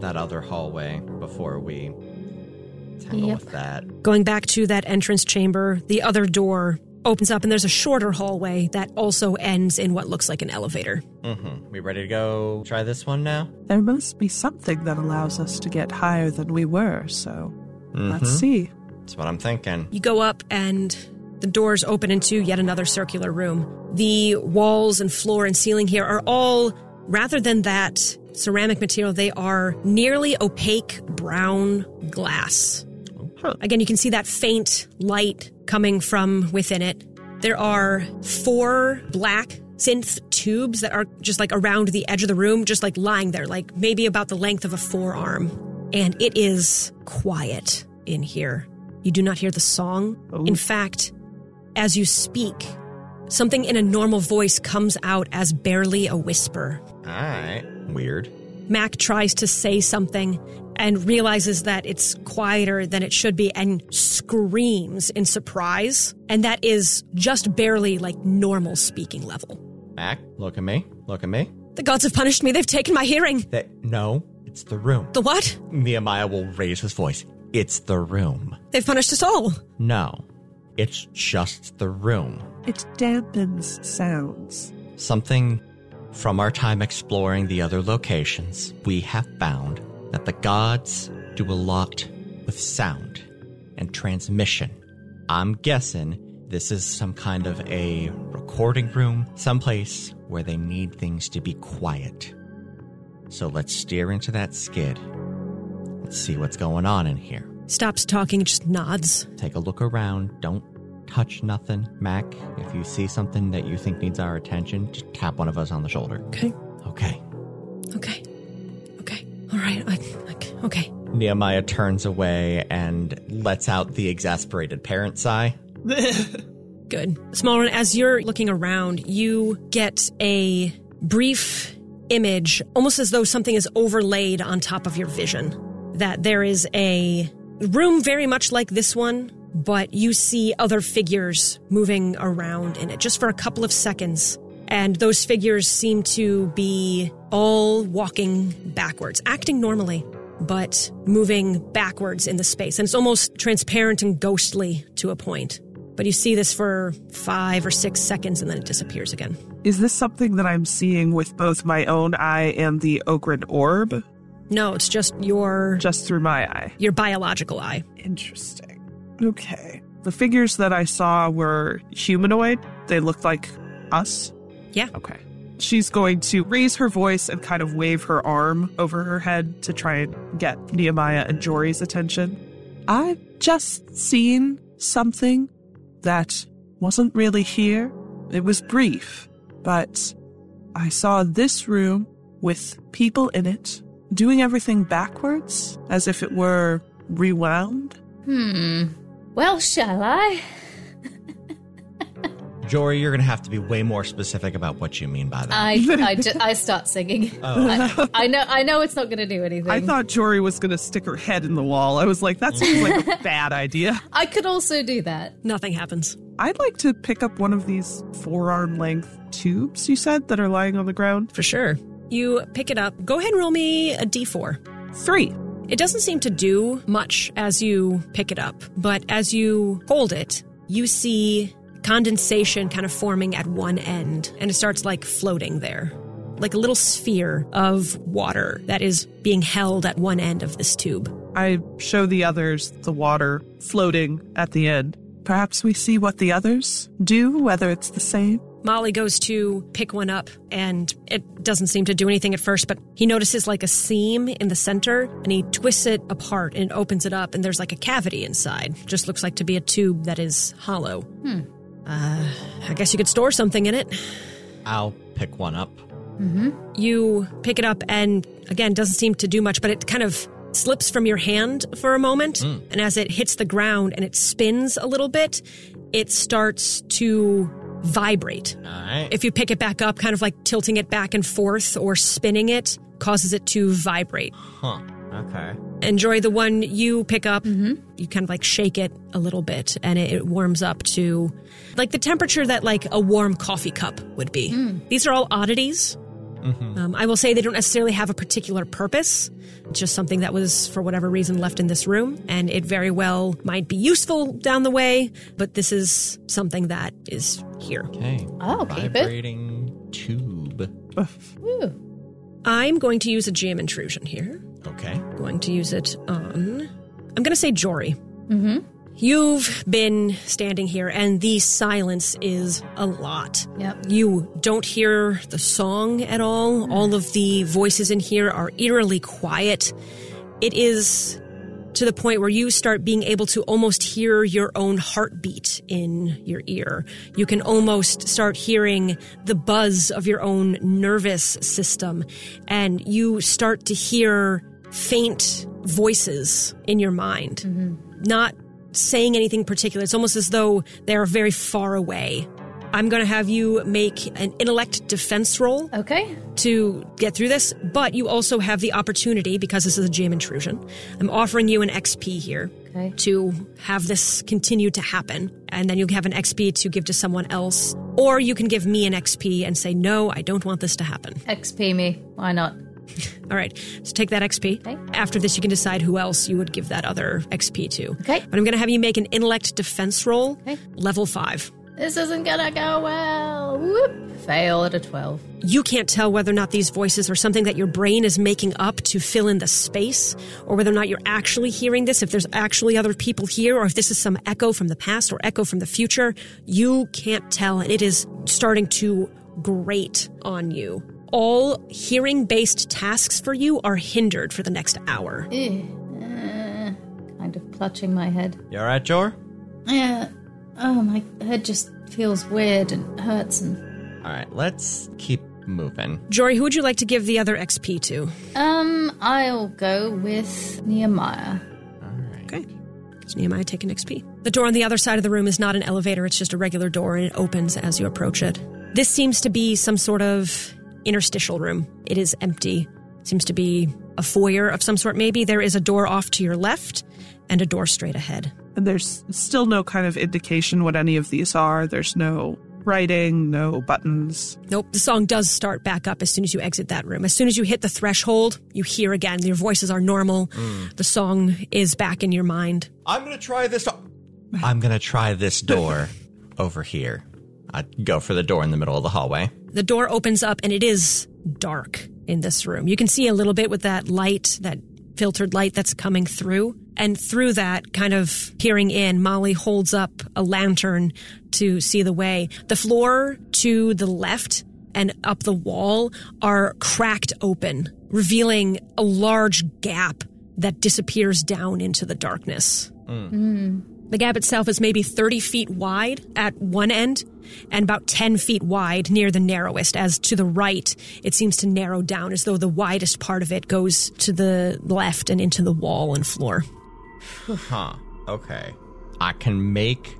S4: that other hallway before we tangle
S3: Yep.
S4: with that.
S1: Going back to that entrance chamber, the other door opens up and there's a shorter hallway that also ends in what looks like an elevator.
S4: hmm We ready to go try this one now?
S5: There must be something that allows us to get higher than we were, so let's see.
S4: That's what I'm thinking.
S1: You go up, and the doors open into yet another circular room. The walls and floor and ceiling here are all, rather than that ceramic material, they are nearly opaque brown glass. Again, you can see that faint light coming from within it. There are four black synth tubes that are just like around the edge of the room, just like lying there, like maybe about the length of a forearm. And it is quiet in here. You do not hear the song. In fact, as you speak, something in a normal voice comes out as barely a whisper.
S4: All right. Weird.
S1: Mac tries to say something and realizes that it's quieter than it should be and screams in surprise. And that is just barely like normal speaking level.
S4: Mac, look at me. Look at me.
S1: The gods have punished me. They've taken my hearing.
S4: That no, it's the room.
S1: The what?
S4: Nehemiah will raise his voice. It's the room.
S1: They've punished us all.
S4: No, it's just the room.
S5: It dampens sounds.
S4: Something from our time exploring the other locations, we have found that the gods do a lot with sound and transmission. I'm guessing this is some kind of a recording room, someplace where they need things to be quiet. So let's steer into that skid. Let's see what's going on in here.
S1: Stops talking, just nods.
S4: Take a look around. Don't
S2: touch nothing. Mac, if you see something that you think needs our attention, just tap one of us on the shoulder.
S1: Okay.
S2: Okay.
S1: Okay. Okay. All right. I, I, okay.
S4: Nehemiah turns away and lets out the exasperated parent sigh.
S1: Good. Smallrun, as you're looking around, you get a brief image, almost as though something is overlaid on top of your vision. That there is a room very much like this one, but you see other figures moving around in it just for a couple of seconds. And those figures seem to be all walking backwards, acting normally, but moving backwards in the space. And it's almost transparent and ghostly to a point. But you see this for five or six seconds and then it disappears again.
S5: Is this something that I'm seeing with both my own eye and the Ogren orb?
S1: No, it's just your
S5: Just through my eye.
S1: your biological eye.
S5: Interesting. Okay. The figures that I saw were humanoid. They looked like us.
S1: Yeah.
S5: Okay. She's going to raise her voice and kind of wave her arm over her head to try and get Nehemiah and Jory's attention. I've just seen something that wasn't really here. It was brief, but I saw this room with people in it doing everything backwards as if it were rewound.
S3: Hmm. Well, shall I?
S2: Jory, you're going to have to be way more specific about what you mean by that.
S3: I I, ju- I start singing. I, I know I know it's not going to do anything.
S5: I thought Jory was going to stick her head in the wall. I was like, that seems like a bad idea.
S3: I could also do that.
S1: Nothing happens.
S5: I'd like to pick up one of these forearm length tubes you said that are lying on the ground.
S1: For sure. You pick it up. Go ahead and roll me a d4.
S5: Three.
S1: It doesn't seem to do much as you pick it up, but as you hold it, you see condensation kind of forming at one end, and it starts like floating there, like a little sphere of water that is being held at one end of this tube.
S5: I show the others the water floating at the end. Perhaps we see what the others do, whether it's the same.
S1: Molly goes to pick one up, and it doesn't seem to do anything at first, but he notices like a seam in the center, and he twists it apart and opens it up, and there's like a cavity inside. Just looks like to be a tube that is hollow. Hmm. Uh, I guess you could store something in it.
S2: I'll pick one up.
S1: You pick it up, and again, doesn't seem to do much, but it kind of slips from your hand for a moment. And as it hits the ground and it spins a little bit, it starts to vibrate.
S2: All right.
S1: If you pick it back up, kind of like tilting it back and forth or spinning it, causes it to vibrate.
S2: Huh. Okay.
S1: Enjoy the one you pick up. You kind of like shake it a little bit and it, it warms up to like the temperature that like a warm coffee cup would be. These are all oddities. Um, I will say they don't necessarily have a particular purpose, It's just something that was, for whatever reason, left in this room. And it very well might be useful down the way, but this is something that is here.
S2: Okay.
S3: I'll Oh, keep it.
S2: Vibrating tube.
S3: Ooh.
S1: I'm going to use a GM intrusion here.
S2: Okay.
S1: going to use it on. I'm going to say Jory. Mm-hmm. You've been standing here, and the silence is a lot.
S3: Yep.
S1: You don't hear the song at all. All of the voices in here are eerily quiet. It is to the point where you start being able to almost hear your own heartbeat in your ear. You can almost start hearing the buzz of your own nervous system, and you start to hear faint voices in your mind, not saying anything particular. It's almost as though they are very far away. I'm going to have you make an intellect defense roll
S3: Okay.
S1: to get through this, but you also have the opportunity because this is a GM intrusion. I'm offering you an XP here
S3: Okay.
S1: to have this continue to happen, and then you have an XP to give to someone else, or you can give me an XP and say, "No, I don't want this to happen."
S3: XP me. Why not?
S1: All right, so take that XP.
S3: Okay.
S1: After this, you can decide who else you would give that other XP to.
S3: Okay.
S1: But I'm going to have you make an intellect defense roll,
S3: Okay.
S1: level five.
S3: This isn't gonna go well. Whoop. Fail at a twelve.
S1: you can't tell whether or not these voices are something that your brain is making up to fill in the space or whether or not you're actually hearing this if there's actually other people here or if this is some echo from the past or echo from the future you can't tell and it is starting to grate on you all hearing based tasks for you are hindered for the next hour
S3: Ugh. Uh, Eh, kind of clutching my head.
S2: You all right, Jor?
S3: Yeah. Oh, my head just feels weird and hurts. And
S4: All right, let's keep moving.
S1: Jory, who would you like to give the other XP to?
S3: um, I'll go with Nehemiah.
S4: All right.
S1: Okay. Does Nehemiah take an XP? The door on the other side of the room is not an elevator, it's just a regular door and it opens as you approach it. This seems to be some sort of interstitial room. It is empty. Seems to be a foyer of some sort, maybe. There is a door off to your left and a door straight ahead.
S5: And there's still no kind of indication what any of these are. There's no writing, no buttons.
S1: Nope, the song does start back up as soon as you exit that room. As soon as you hit the threshold, you hear again. Your voices are normal. The song is back in your mind.
S4: I'm gonna try this. o- I'm gonna try this door over here. I'd go for the door in the middle of the hallway.
S1: The door opens up and it is dark in this room. You can see a little bit with that light, that filtered light that's coming through. And through that, kind of peering in, Molly holds up a lantern to see the way. The floor to the left and up the wall are cracked open, revealing a large gap that disappears down into the darkness. The gap itself is maybe 30 feet wide at one end and about 10 feet wide near the narrowest. As to the right, it seems to narrow down as though the widest part of it goes to the left and into the wall and floor.
S4: Huh. Okay. I can make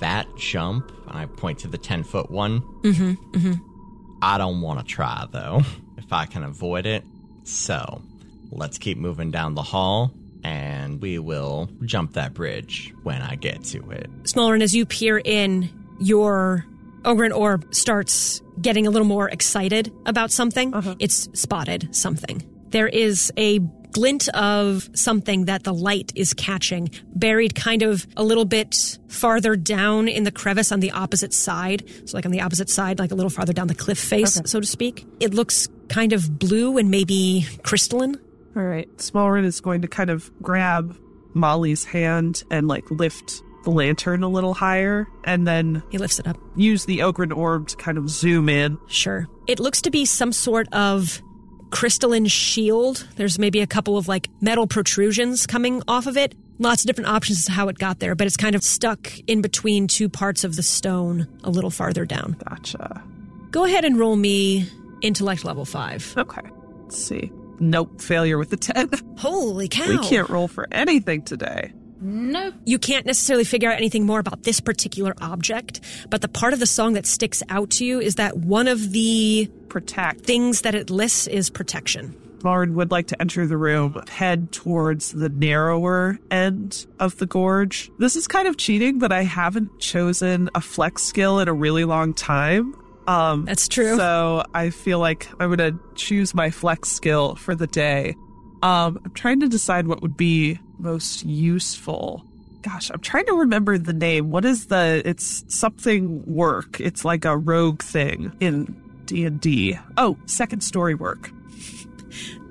S4: that jump. I point to the ten foot one. Mm-hmm. Mm-hmm. I don't want to try though. If I can avoid it, so let's keep moving down the hall, and we will jump that bridge when I get to it.
S1: Smaller, and as you peer in, your Ogren orb starts getting a little more excited about something. It's spotted something. There is a glint of something that the light is catching, buried kind of a little bit farther down in the crevice on the opposite side. So, like on the opposite side, like a little farther down the cliff face, so to speak. It looks kind of blue and maybe crystalline.
S5: All right. Smallrin is going to kind of grab Molly's hand and like lift the lantern a little higher and then
S1: He lifts it up.
S5: use the Ogren orb to kind of zoom in.
S1: Sure. It looks to be some sort of crystalline shield. There's maybe a couple of like metal protrusions coming off of it. Lots of different options as to how it got there, but it's kind of stuck in between two parts of the stone a little farther down.
S5: Gotcha.
S1: Go ahead and roll me intellect level five.
S5: Okay. Let's see. Nope. Failure with the 10.
S1: Holy cow.
S5: We can't roll for anything today.
S3: Nope.
S1: you can't necessarily figure out anything more about this particular object, but the part of the song that sticks out to you is that one of the
S5: Protect.
S1: things that it lists is protection.
S5: Lauren would like to enter the room, head towards the narrower end of the gorge. This is kind of cheating, but I haven't chosen a flex skill in a really long time. Um,
S1: That's true.
S5: So I feel like I'm going to choose my flex skill for the day. Um, I'm trying to decide what would be most useful. Gosh, I'm trying to remember the name. What is the? It's something work. It's like a rogue thing in D and D. Oh, second story work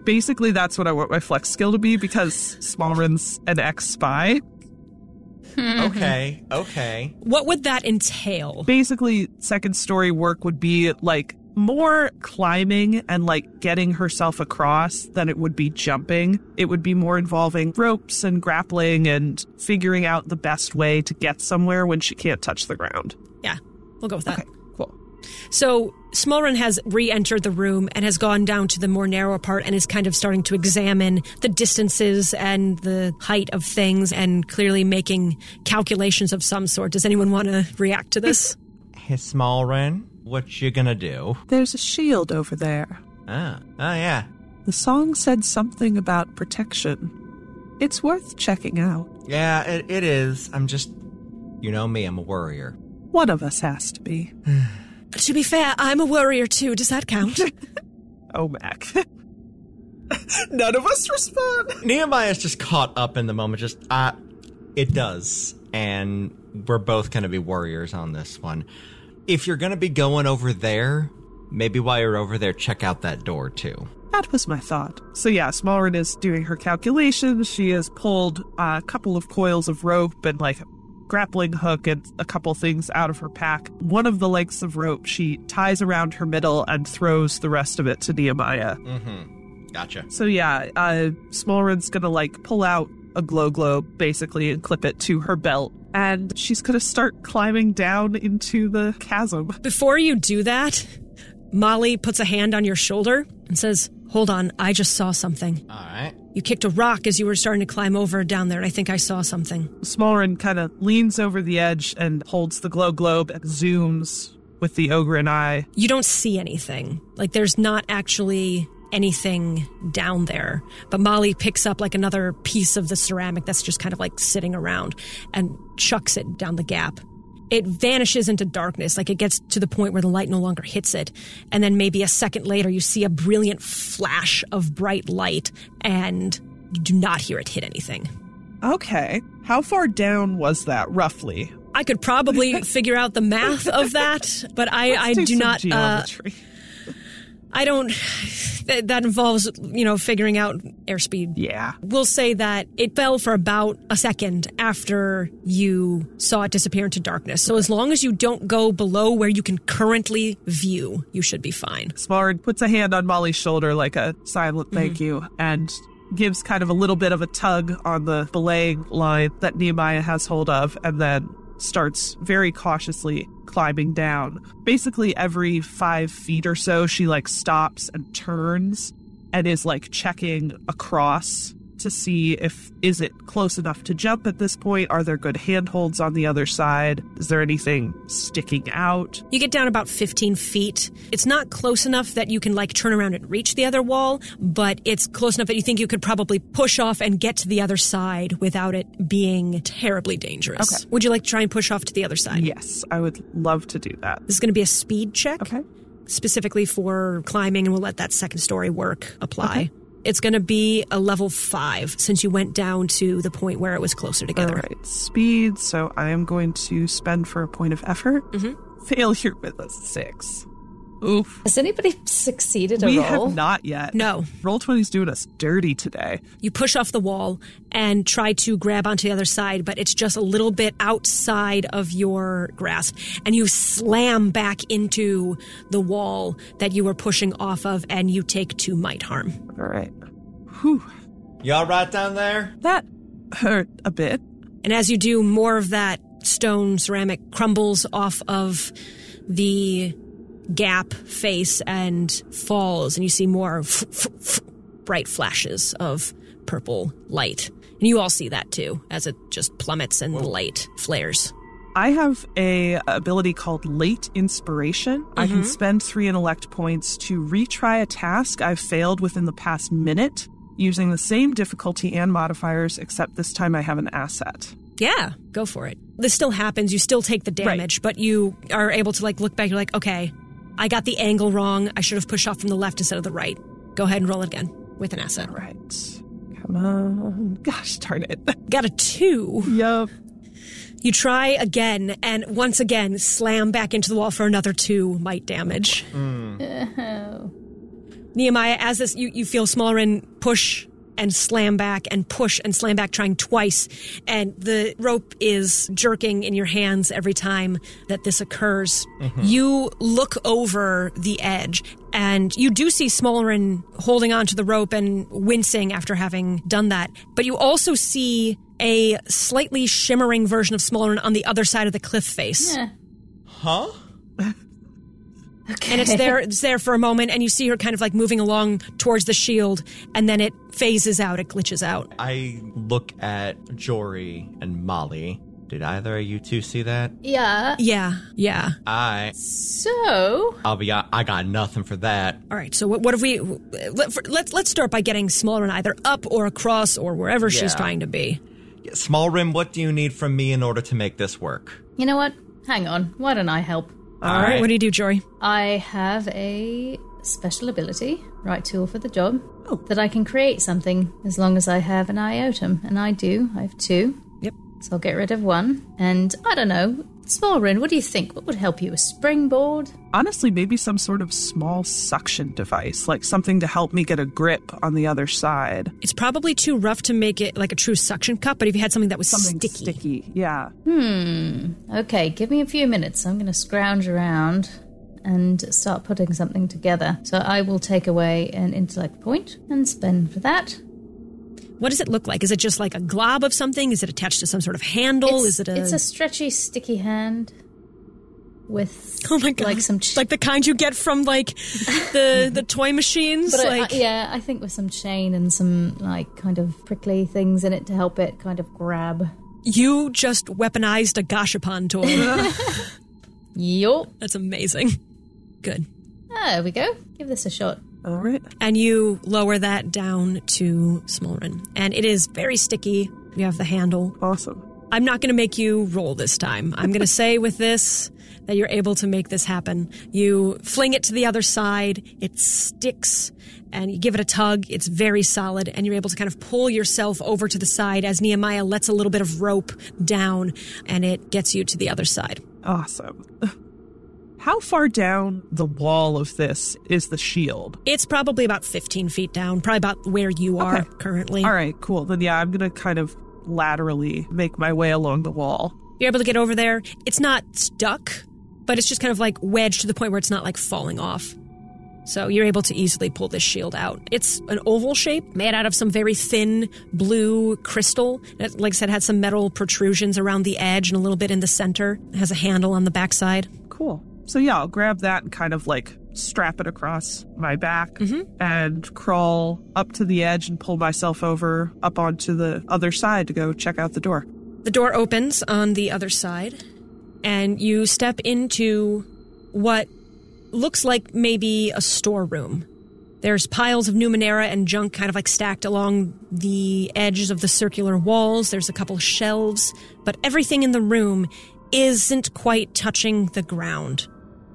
S5: basically that's what I want my flex skill to be because Smallrin's an ex spy.
S4: okay. Okay.
S1: What would that entail?
S5: Basically, second story work would be like more climbing and like getting herself across than it would be jumping. It would be more involving ropes and grappling and figuring out the best way to get somewhere when she can't touch the ground.
S1: Yeah, we'll go with that.
S5: Cool.
S1: So Smallrun has re-entered the room and has gone down to the more narrow part and is kind of starting to examine the distances and the height of things and clearly making calculations of some sort. Does anyone want to react to this?
S4: Hey, small Ren, what you gonna do?
S5: There's a shield over there.
S4: Ah. Oh yeah.
S5: The song said something about protection. It's worth checking out.
S4: Yeah. It, it is. I'm just. You know me. I'm a worrier.
S5: One of us has to be.
S1: to be fair, I'm a worrier too. Does that count?
S5: Oh, Mac. None of us respond.
S4: Nehemiah's just caught up in the moment. Just uh, it does, and we're both gonna be warriors on this one. If you're gonna be going over there, maybe while you're over there, check out that door too.
S5: That was my thought. So yeah, Smallrin is doing her calculations. She has pulled a couple of coils of rope and like a grappling hook and a couple things out of her pack. One of the lengths of rope she ties around her middle and throws the rest of it to Nehemiah.
S4: Gotcha.
S5: So yeah, uh, Smallrin's gonna like pull out a glow globe basically and clip it to her belt and she's going to start climbing down into the chasm.
S1: Before you do that, Molly puts a hand on your shoulder and says, Hold on, I just saw something.
S4: All right.
S1: You kicked a rock as you were starting to climb over down there, and I think I saw something.
S5: Smolrin kind of leans over the edge and holds the glow globe and zooms with the ogre and I.
S1: You don't see anything. Like, there's not actually anything down there. But Molly picks up like another piece of the ceramic that's just kind of like sitting around and chucks it down the gap. It vanishes into darkness, like it gets to the point where the light no longer hits it. And then maybe a second later, you see a brilliant flash of bright light and you do not hear it hit anything.
S5: Okay. How far down was that, roughly?
S1: I could probably figure out the math of that, but I, I
S5: Do
S1: do
S5: some
S1: not. Uh,
S5: Geometry.
S1: I don't. That, that involves, you know, figuring out airspeed.
S5: yeah.
S1: We'll say that it fell for about a second after you saw it disappear into darkness. So as long as you don't go below where you can currently view, you should be fine.
S5: Smolrin puts a hand on Molly's shoulder like a silent thank you and gives kind of a little bit of a tug on the belaying line that Nehemiah has hold of and then starts very cautiously climbing down. Basically every five feet or so she like stops and turns and is like checking across to see if is it close enough to jump at this point are there good handholds on the other side is there anything sticking out
S1: You get down about 15 feet. It's not close enough that you can like turn around and reach the other wall, but it's close enough that you think you could probably push off and get to the other side without it being terribly dangerous.
S5: Okay.
S1: Would you like to try and push off to the other side?
S5: yes i would love to do that
S1: This is going to be a speed check.
S5: Okay.
S1: Specifically for climbing, and we'll let that second story work apply. It's going to be a level five since you went down to the point where it was closer together.
S5: All right, speed. So I am going to spend for a point of effort. Mm-hmm. Failure with a six. Oof.
S3: Has anybody succeeded a
S5: We
S3: roll?
S5: have not yet.
S1: No.
S5: Roll 20's doing us dirty today.
S1: You push off the wall and try to grab onto the other side, but it's just a little bit outside of your grasp. And you slam back into the wall that you were pushing off of, and you take two might harm.
S5: All right. Whew.
S4: You all right down there?
S5: That hurt a bit.
S1: And as you do, more of that stone ceramic crumbles off of the gap face and falls, and you see more bright flashes of purple light. And you all see that too, as it just plummets and the light flares.
S5: I have a ability called late inspiration. I can spend three intellect points to retry a task I've failed within the past minute using the same difficulty and modifiers, except this time I have an asset.
S1: Yeah, go for it. This still happens. You still take the damage, but you are able to like look back. You're like, okay, I got the angle wrong. I should have pushed off from the left instead of the right. Go ahead and roll it again with an asset.
S5: Right. Come on. Gosh darn it.
S1: Got a two.
S5: Yup.
S1: You try again, and once again slam back into the wall for another two might damage. Nehemiah, as this, you, you feel Smallrin push and slam back and push and slam back, trying twice. And the rope is jerking in your hands every time that this occurs. You look over the edge and you do see Smallrin holding onto the rope and wincing after having done that. But you also see a slightly shimmering version of Smallrin on the other side of the cliff face.
S3: Yeah.
S4: Huh?
S3: Okay.
S1: and it's there it's there for a moment and you see her kind of like moving along towards the shield and then it phases out it glitches out
S4: I look at Jory and Molly. Did either of you two see that?
S3: Yeah.
S1: yeah yeah
S4: I
S3: So
S4: I'll be hon- I got nothing for that.
S1: all right so what, what have we let, for, let's let's start by getting smaller and either up or across or wherever she's
S4: Yeah.
S1: trying to be
S4: Small Rim, what do you need from me in order to make this work?
S3: you know what? Hang on. Why don't I help?
S1: all right. what do you do jory
S3: I have a special ability, right tool for the job,
S1: Oh.
S3: that I can create something as long as I have an iotum. And I do. I have two.
S1: Yep.
S3: So I'll get rid of one. And I don't know. Smallrin, what do you think? What would help you? A springboard?
S5: Honestly, maybe some sort of small suction device, like something to help me get a grip on the other side.
S1: it's probably too rough to make it like a true suction cup but if you had something that was
S5: Something
S1: sticky,
S5: Yeah.
S3: Okay, give me a few minutes. I'm going to scrounge around and start putting something together. So I will take away an intellect point and spend for that.
S1: What does it look like? Is it just like a glob of something? Is it attached to some sort of handle?
S3: it's,
S1: Is it a?
S3: It's a stretchy, sticky hand with
S1: oh my god!
S3: like some ch-
S1: like the kind you get from like the the toy machines.
S3: But I- I-
S1: like
S3: yeah, I think with some chain and some like kind of prickly things in it to help it kind of grab.
S1: you just weaponized a gashapon toy.
S3: Yup.
S1: That's amazing. Good.
S3: There we go. Give this a shot.
S5: All right.
S1: and you lower that down to Smolrin. And it is very sticky. You have the handle.
S5: Awesome.
S1: I'm not going to make you roll this time. I'm going to say with this that you're able to make this happen. You fling it to the other side, it sticks, and you give it a tug. It's very solid, and you're able to kind of pull yourself over to the side as Nehemiah lets a little bit of rope down, and it gets you to the other side.
S5: Awesome. How far down the wall of this is the shield?
S1: It's probably about 15 feet down, probably about where you are
S5: Okay.
S1: currently.
S5: All right, cool. Then, yeah, I'm going to kind of laterally make my way along the wall.
S1: You're able to get over there. It's not stuck, but it's just kind of like wedged to the point where it's not like falling off. So you're able to easily pull this shield out. It's an oval shape made out of some very thin blue crystal. It, like I said, had some metal protrusions around the edge and a little bit in the center. It has a handle on the backside.
S5: Cool. So, yeah, I'll grab that and kind of like strap it across my back and crawl up to the edge and pull myself over up onto the other side to go check out the door.
S1: The door opens on the other side, and you step into what looks like maybe a storeroom. There's piles of Numenera and junk kind of like stacked along the edges of the circular walls. There's a couple shelves, but everything in the room isn't quite touching the ground.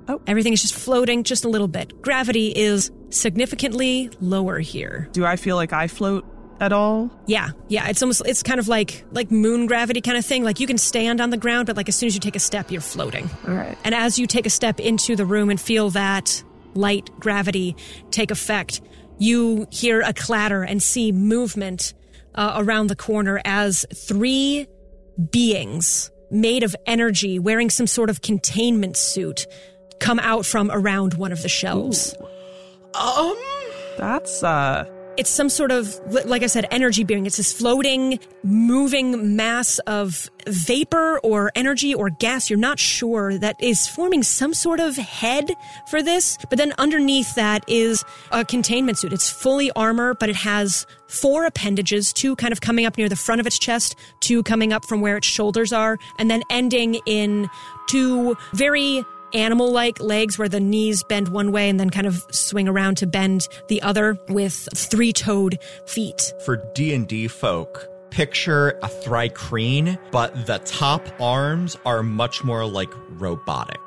S5: Oh.
S1: Everything is just floating just a little bit. Gravity is significantly lower here.
S5: Do I feel like I float at all?
S1: Yeah, yeah. It's almost it's kind of like like moon gravity kind of thing. Like you can stand on the ground, but like as soon as you take a step, you're floating.
S5: All right.
S1: And as you take a step into the room and feel that light gravity take effect, you hear a clatter and see movement uh, around the corner as three beings made of energy, wearing some sort of containment suit, come out from around one of the shelves.
S4: Um,
S5: That's, uh,
S1: it's some sort of li- like i said energy being it's this floating moving mass of vapor or energy or gas you're not sure that is forming some sort of head for this but then underneath that is a containment suit it's fully armor but it has four appendages two kind of coming up near the front of its chest two coming up from where its shoulders are and then ending in two very animal like legs where the knees bend one way and then kind of swing around to bend the other with three toed feet.
S4: for D&D folk, picture a thrycreen, but the top arms are much more like robotic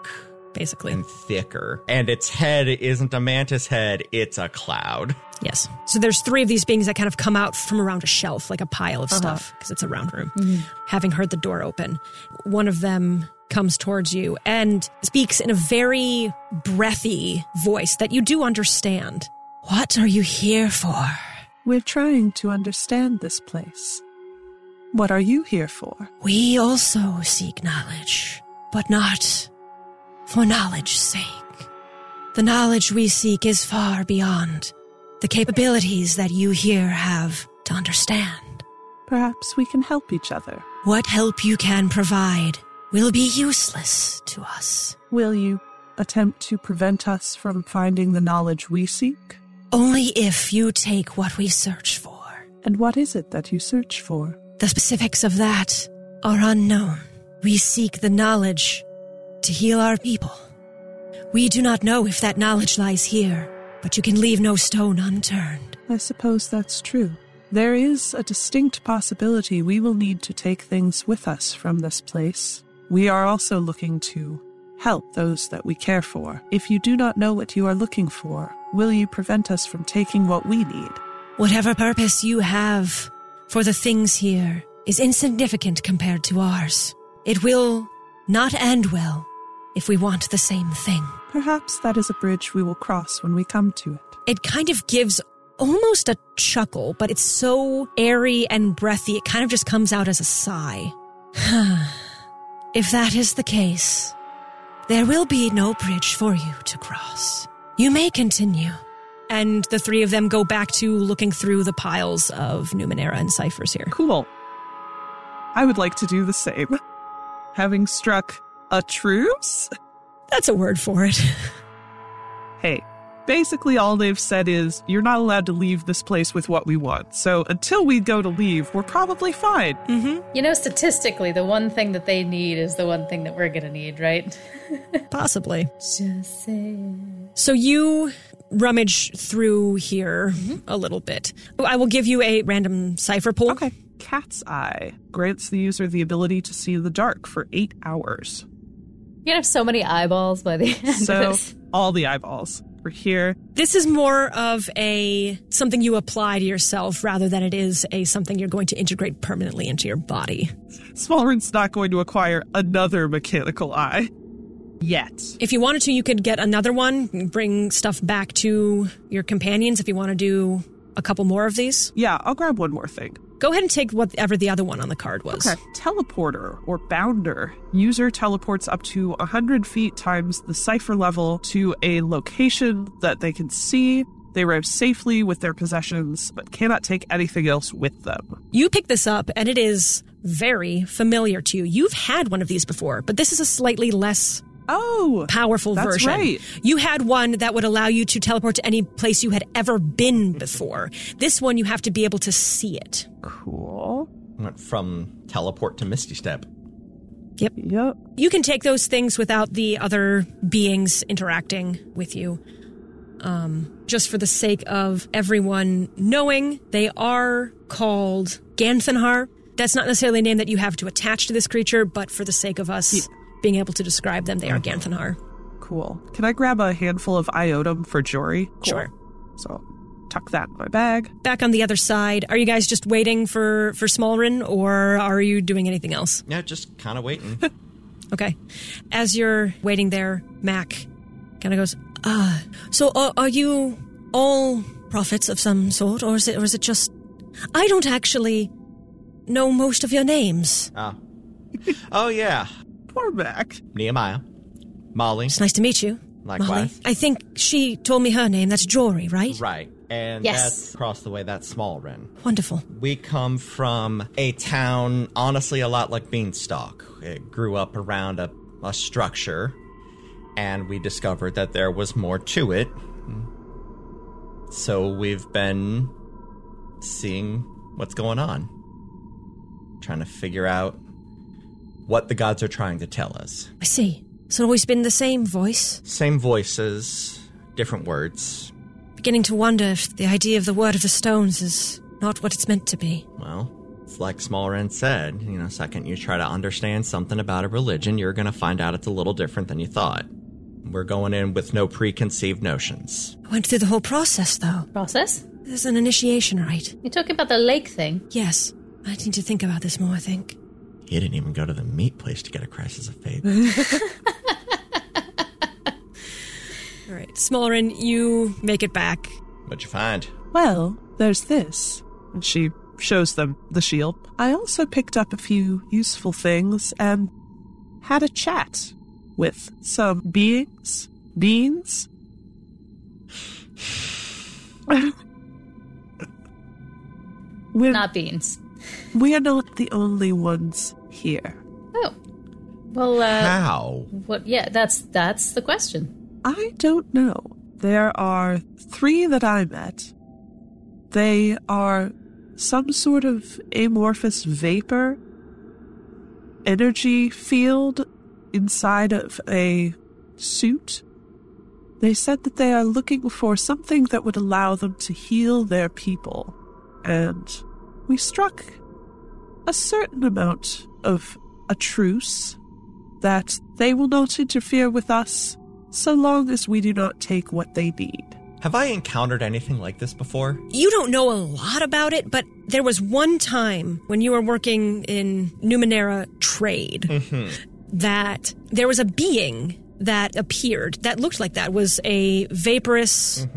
S1: Basically.
S4: and thicker. And its head isn't a mantis head, it's a cloud.
S1: yes. So there's three of these beings that kind of come out from around a shelf, like a pile of stuff, because it's a round room. Having heard the door open, one of them comes towards you and speaks in a very breathy voice that you do understand. What are you here for?
S5: we're trying to understand this place. What are you here for?
S1: We also seek knowledge, but not for knowledge's sake. The knowledge we seek is far beyond the capabilities that you here have to understand.
S5: Perhaps we can help each other.
S1: What help you can provide will be useless to us.
S5: Will you attempt to prevent us from finding the knowledge we seek?
S1: Only if you take what we search for.
S5: And what is it that you search for?
S1: The specifics of that are unknown. We seek the knowledge to heal our people. We do not know if that knowledge lies here, but you can leave no stone unturned.
S5: I suppose that's true. There is a distinct possibility we will need to take things with us from this place. We are also looking to help those that we care for. If you do not know what you are looking for, will you prevent us from taking what we need?
S1: Whatever purpose you have for the things here is insignificant compared to ours. It will not end well if we want the same thing.
S5: Perhaps that is a bridge we will cross when we come to it.
S1: it kind of gives almost a chuckle, but it's so airy and breathy, it kind of just comes out as a sigh. if that is the case, there will be no bridge for you to cross. You may continue, And the three of them go back to looking through the piles of Numenera and ciphers here.
S5: Cool. I would like to do the same. Having struck a truce?
S1: That's a word for it.
S5: Hey, basically all they've said is you're not allowed to leave this place with what we want. So until we go to leave, we're probably fine.
S3: You know, statistically, the one thing that they need is the one thing that we're gonna need, right?
S1: Possibly.
S3: Just saying.
S1: So you rummage through here a little bit. I will give you a random cipher pull.
S5: Okay. Cat's Eye grants the user the ability to see in the dark for eight hours.
S3: You're gonna have so many eyeballs by the end of
S5: So
S3: this.
S5: all the eyeballs. We're here.
S1: This is more of a something you apply to yourself rather than it is a something you're going to integrate permanently into your body.
S5: Smallrun's not going to acquire another mechanical eye. Yet.
S1: If you wanted to, you could get another one, bring stuff back to your companions if you want to do a couple more of these.
S5: Yeah, I'll grab one more thing.
S1: Go ahead and take whatever the other one on the card was.
S5: Okay. Teleporter or bounder. User teleports up to 100 feet times the cipher level to a location that they can see. They arrive safely with their possessions, but cannot take anything else with them.
S1: You pick this up and it is very familiar to you. You've had one of these before, but this is a slightly less
S5: Oh,
S1: powerful
S5: That's
S1: version.
S5: right.
S1: You had one that would allow you to teleport to any place you had ever been before. This one you have to be able to see it.
S5: cool.
S4: Went from teleport to Misty Step.
S5: Yep.
S1: You can take those things without the other beings interacting with you. Um, just for the sake of everyone knowing, they are called Ganthenhar. That's not necessarily a name that you have to attach to this creature, but for the sake of us being able to describe them, they are
S5: Uh-huh.
S1: Ganthenhar.
S5: Cool. Can I grab a handful of iodum for Jory? Cool.
S1: Sure.
S5: So tuck that in my bag.
S1: back on the other side. Are you guys just waiting for for Smallrin, or are you doing anything else?
S4: Yeah, just kind of waiting.
S1: Okay. As you're waiting there, Mac kind of goes, "Ah, so are, are you all prophets of some sort, or is it or is it just? I don't actually know most of your names.
S4: Ah. oh yeah,
S5: Poor Mac.
S4: Nehemiah, Molly.
S1: It's nice to meet you, Molly.
S4: Likewise.
S1: I think she told me her name. That's Jory, right?
S4: Right, and
S3: Yes.
S4: that's across the way. That's Smallrin.
S1: Wonderful.
S4: We come from a town, honestly, a lot like Beanstalk. It grew up around a, a structure, and we discovered that there was more to it. So we've been seeing what's going on, trying to figure out what the gods are trying to tell us.
S1: I see. It's always been the same voice.
S4: Same voices, different words.
S1: Beginning to wonder if the idea of the word of the stones is not what it's meant to be.
S4: Well, it's like Smallrand said, you know, second you try to understand something about a religion, you're going to find out it's a little different than you thought. We're going in with no preconceived notions.
S1: I went through the whole process, though.
S3: Process?
S1: There's an initiation rite.
S3: You're talking about the lake thing.
S1: Yes. I need to think about this more, I think.
S4: He didn't even go to the meat place to get a crisis of faith.
S1: All right. Smallrin, you make it back.
S4: What'd you find?
S5: Well, there's this. And she shows them the shield. I also picked up a few useful things and had a chat with some beings, beans. we're,
S3: Not beans.
S5: we're not the only ones here.
S3: Oh. Well, uh,
S4: How?
S3: what? Yeah, that's that's the question.
S5: I don't know. There are three that I met. They are some sort of amorphous vapor energy field inside of a suit. They said that they are looking for something that would allow them to heal their people. And we struck a certain amount of a truce that they will not interfere with us so long as we do not take what they need.
S4: Have I encountered anything like this before?
S1: You don't know a lot about it, but there was one time when you were working in Numenera trade that there was a being that appeared that looked like that was a vaporous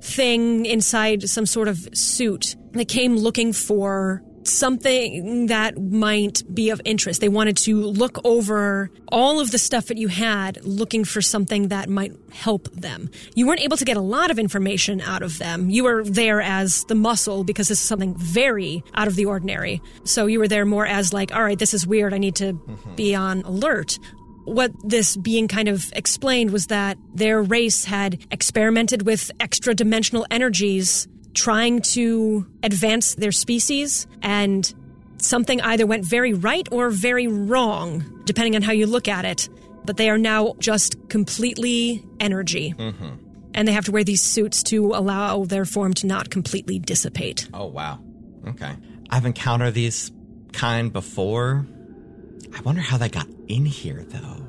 S1: thing inside some sort of suit that came looking for something that might be of interest. They wanted to look over all of the stuff that you had, looking for something that might help them. You weren't able to get a lot of information out of them. You were there as the muscle because this is something very out of the ordinary. So you were there more as like, all right, this is weird. I need to be on alert what this being kind of explained was that their race had experimented with extra dimensional energies trying to advance their species and something either went very right or very wrong depending on how you look at it but they are now just completely energy and they have to wear these suits to allow their form to not completely dissipate
S2: Oh, wow. Okay. I've encountered these kind before. I wonder how they got in here, though.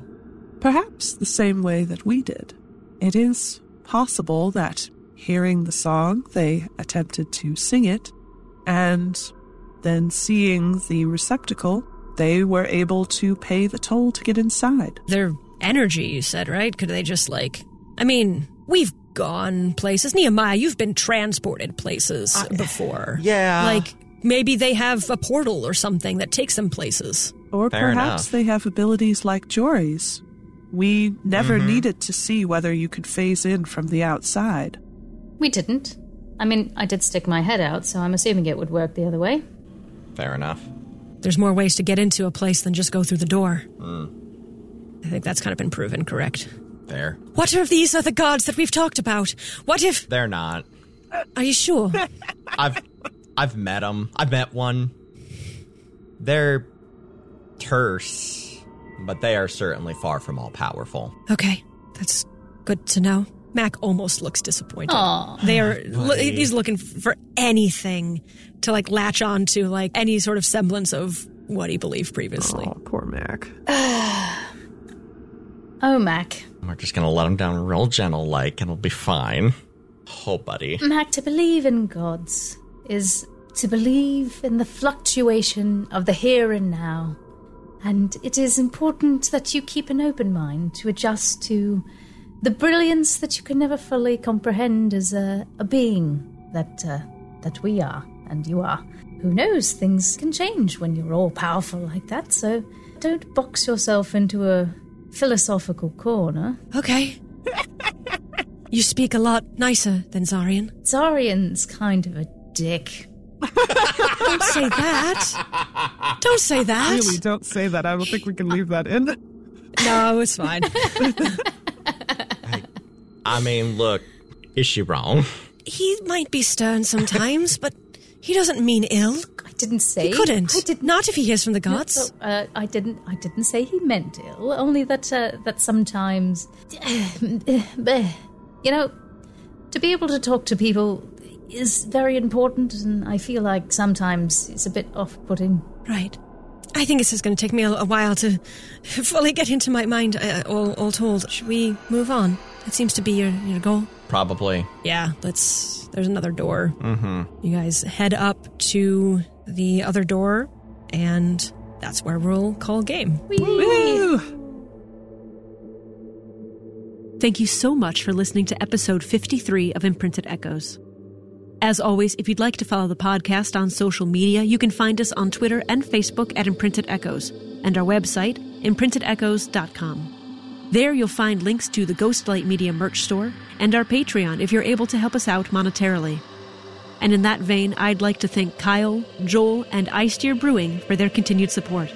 S5: Perhaps the same way that we did. It is possible that hearing the song, they attempted to sing it, and then seeing the receptacle, they were able to pay the toll to get inside.
S1: their energy, you said, right? Could they just like. I mean, we've gone places. Nehemiah, you've been transported places before.
S2: yeah.
S1: Like, maybe they have a portal or something that takes them places.
S5: Or
S2: Fair
S5: perhaps
S2: enough.
S5: they have abilities like Jory's. We never
S2: Mm-hmm.
S5: needed to see whether you could phase in from the outside.
S3: We didn't. I mean, I did stick my head out, so I'm assuming it would work the other way.
S2: Fair enough.
S1: There's more ways to get into a place than just go through the door. I think that's kind of been proven correct.
S2: They're
S1: What if these are the gods that we've talked about? What if.
S2: they're not.
S1: Are you sure?
S2: I've I've met them. I've met one. They're terse, but they are certainly far from all powerful.
S1: Okay, that's good to know. Mac almost looks disappointed.
S3: Aw.
S1: They are lo- he's looking for anything to like latch on to, like any sort of semblance of what he believed previously.
S5: poor Mac.
S3: Oh, Mac.
S2: We're just gonna let them down real gentle, like, and it'll be fine. Oh, buddy.
S3: Mac, to believe in gods is to believe in the fluctuation of the here and now. And it is important that you keep an open mind to adjust to the brilliance that you can never fully comprehend as a, a being that, uh, that we are and you are. Who knows, things can change when you're all powerful like that, so don't box yourself into a philosophical corner.
S1: Okay, you speak a lot nicer than Zarian.
S3: Zarian's kind of a dick.
S1: Don't say that. Don't say that.
S5: Really, don't say that. I don't think we can leave that in.
S1: No, it's fine.
S2: I mean, look, is she wrong?
S1: he might be stern sometimes, but he doesn't mean ill.
S3: I didn't say
S1: He couldn't.
S3: Eh? I did
S1: not if he hears from the gods.
S3: So, uh, I didn't. I didn't say he meant ill. Only that uh, that sometimes, you know, to be able to talk to people is very important, and I feel like sometimes it's a bit off-putting.
S1: Right. I think this is going to take me a, a while to fully get into my mind, uh, all, all told. Should we move on? That seems to be your, your goal.
S2: Probably.
S1: Yeah, let's. There's another door. Mm-hmm. You guys head up to the other door, and that's where we'll call game.
S5: Woo!
S6: Thank you so much for listening to episode 53 of Imprinted Echoes. As always, if you'd like to follow the podcast on social media, you can find us on Twitter and Facebook at Imprinted Echoes and our website, imprintedechoes.com. There you'll find links to the Ghostlight Media merch store and our Patreon if you're able to help us out monetarily. And in that vein, I'd like to thank Kyle, Joel, and Isteer Brewing for their continued support.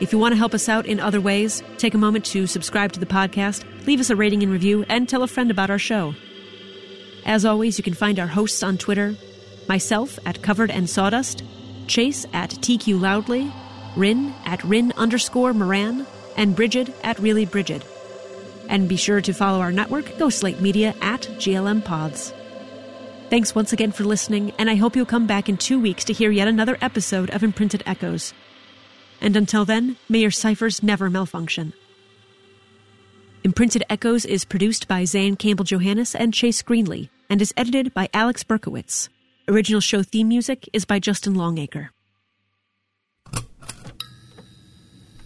S6: If you want to help us out in other ways, take a moment to subscribe to the podcast, leave us a rating and review, and tell a friend about our show. As always, you can find our hosts on Twitter myself at Covered and Sawdust, Chase at TQ Loudly, Rin at Rin underscore Moran, and Bridget at Really Bridget. And be sure to follow our network, Ghostlight Media, at GLM Pods. Thanks once again for listening, and I hope you'll come back in two weeks to hear yet another episode of Imprinted Echoes. And until then, may your ciphers never malfunction. Imprinted Echoes is produced by Zane Campbell Johannes and Chase Greenlee and is edited by Alex Berkowitz. Original show theme music is by Justin Longacre.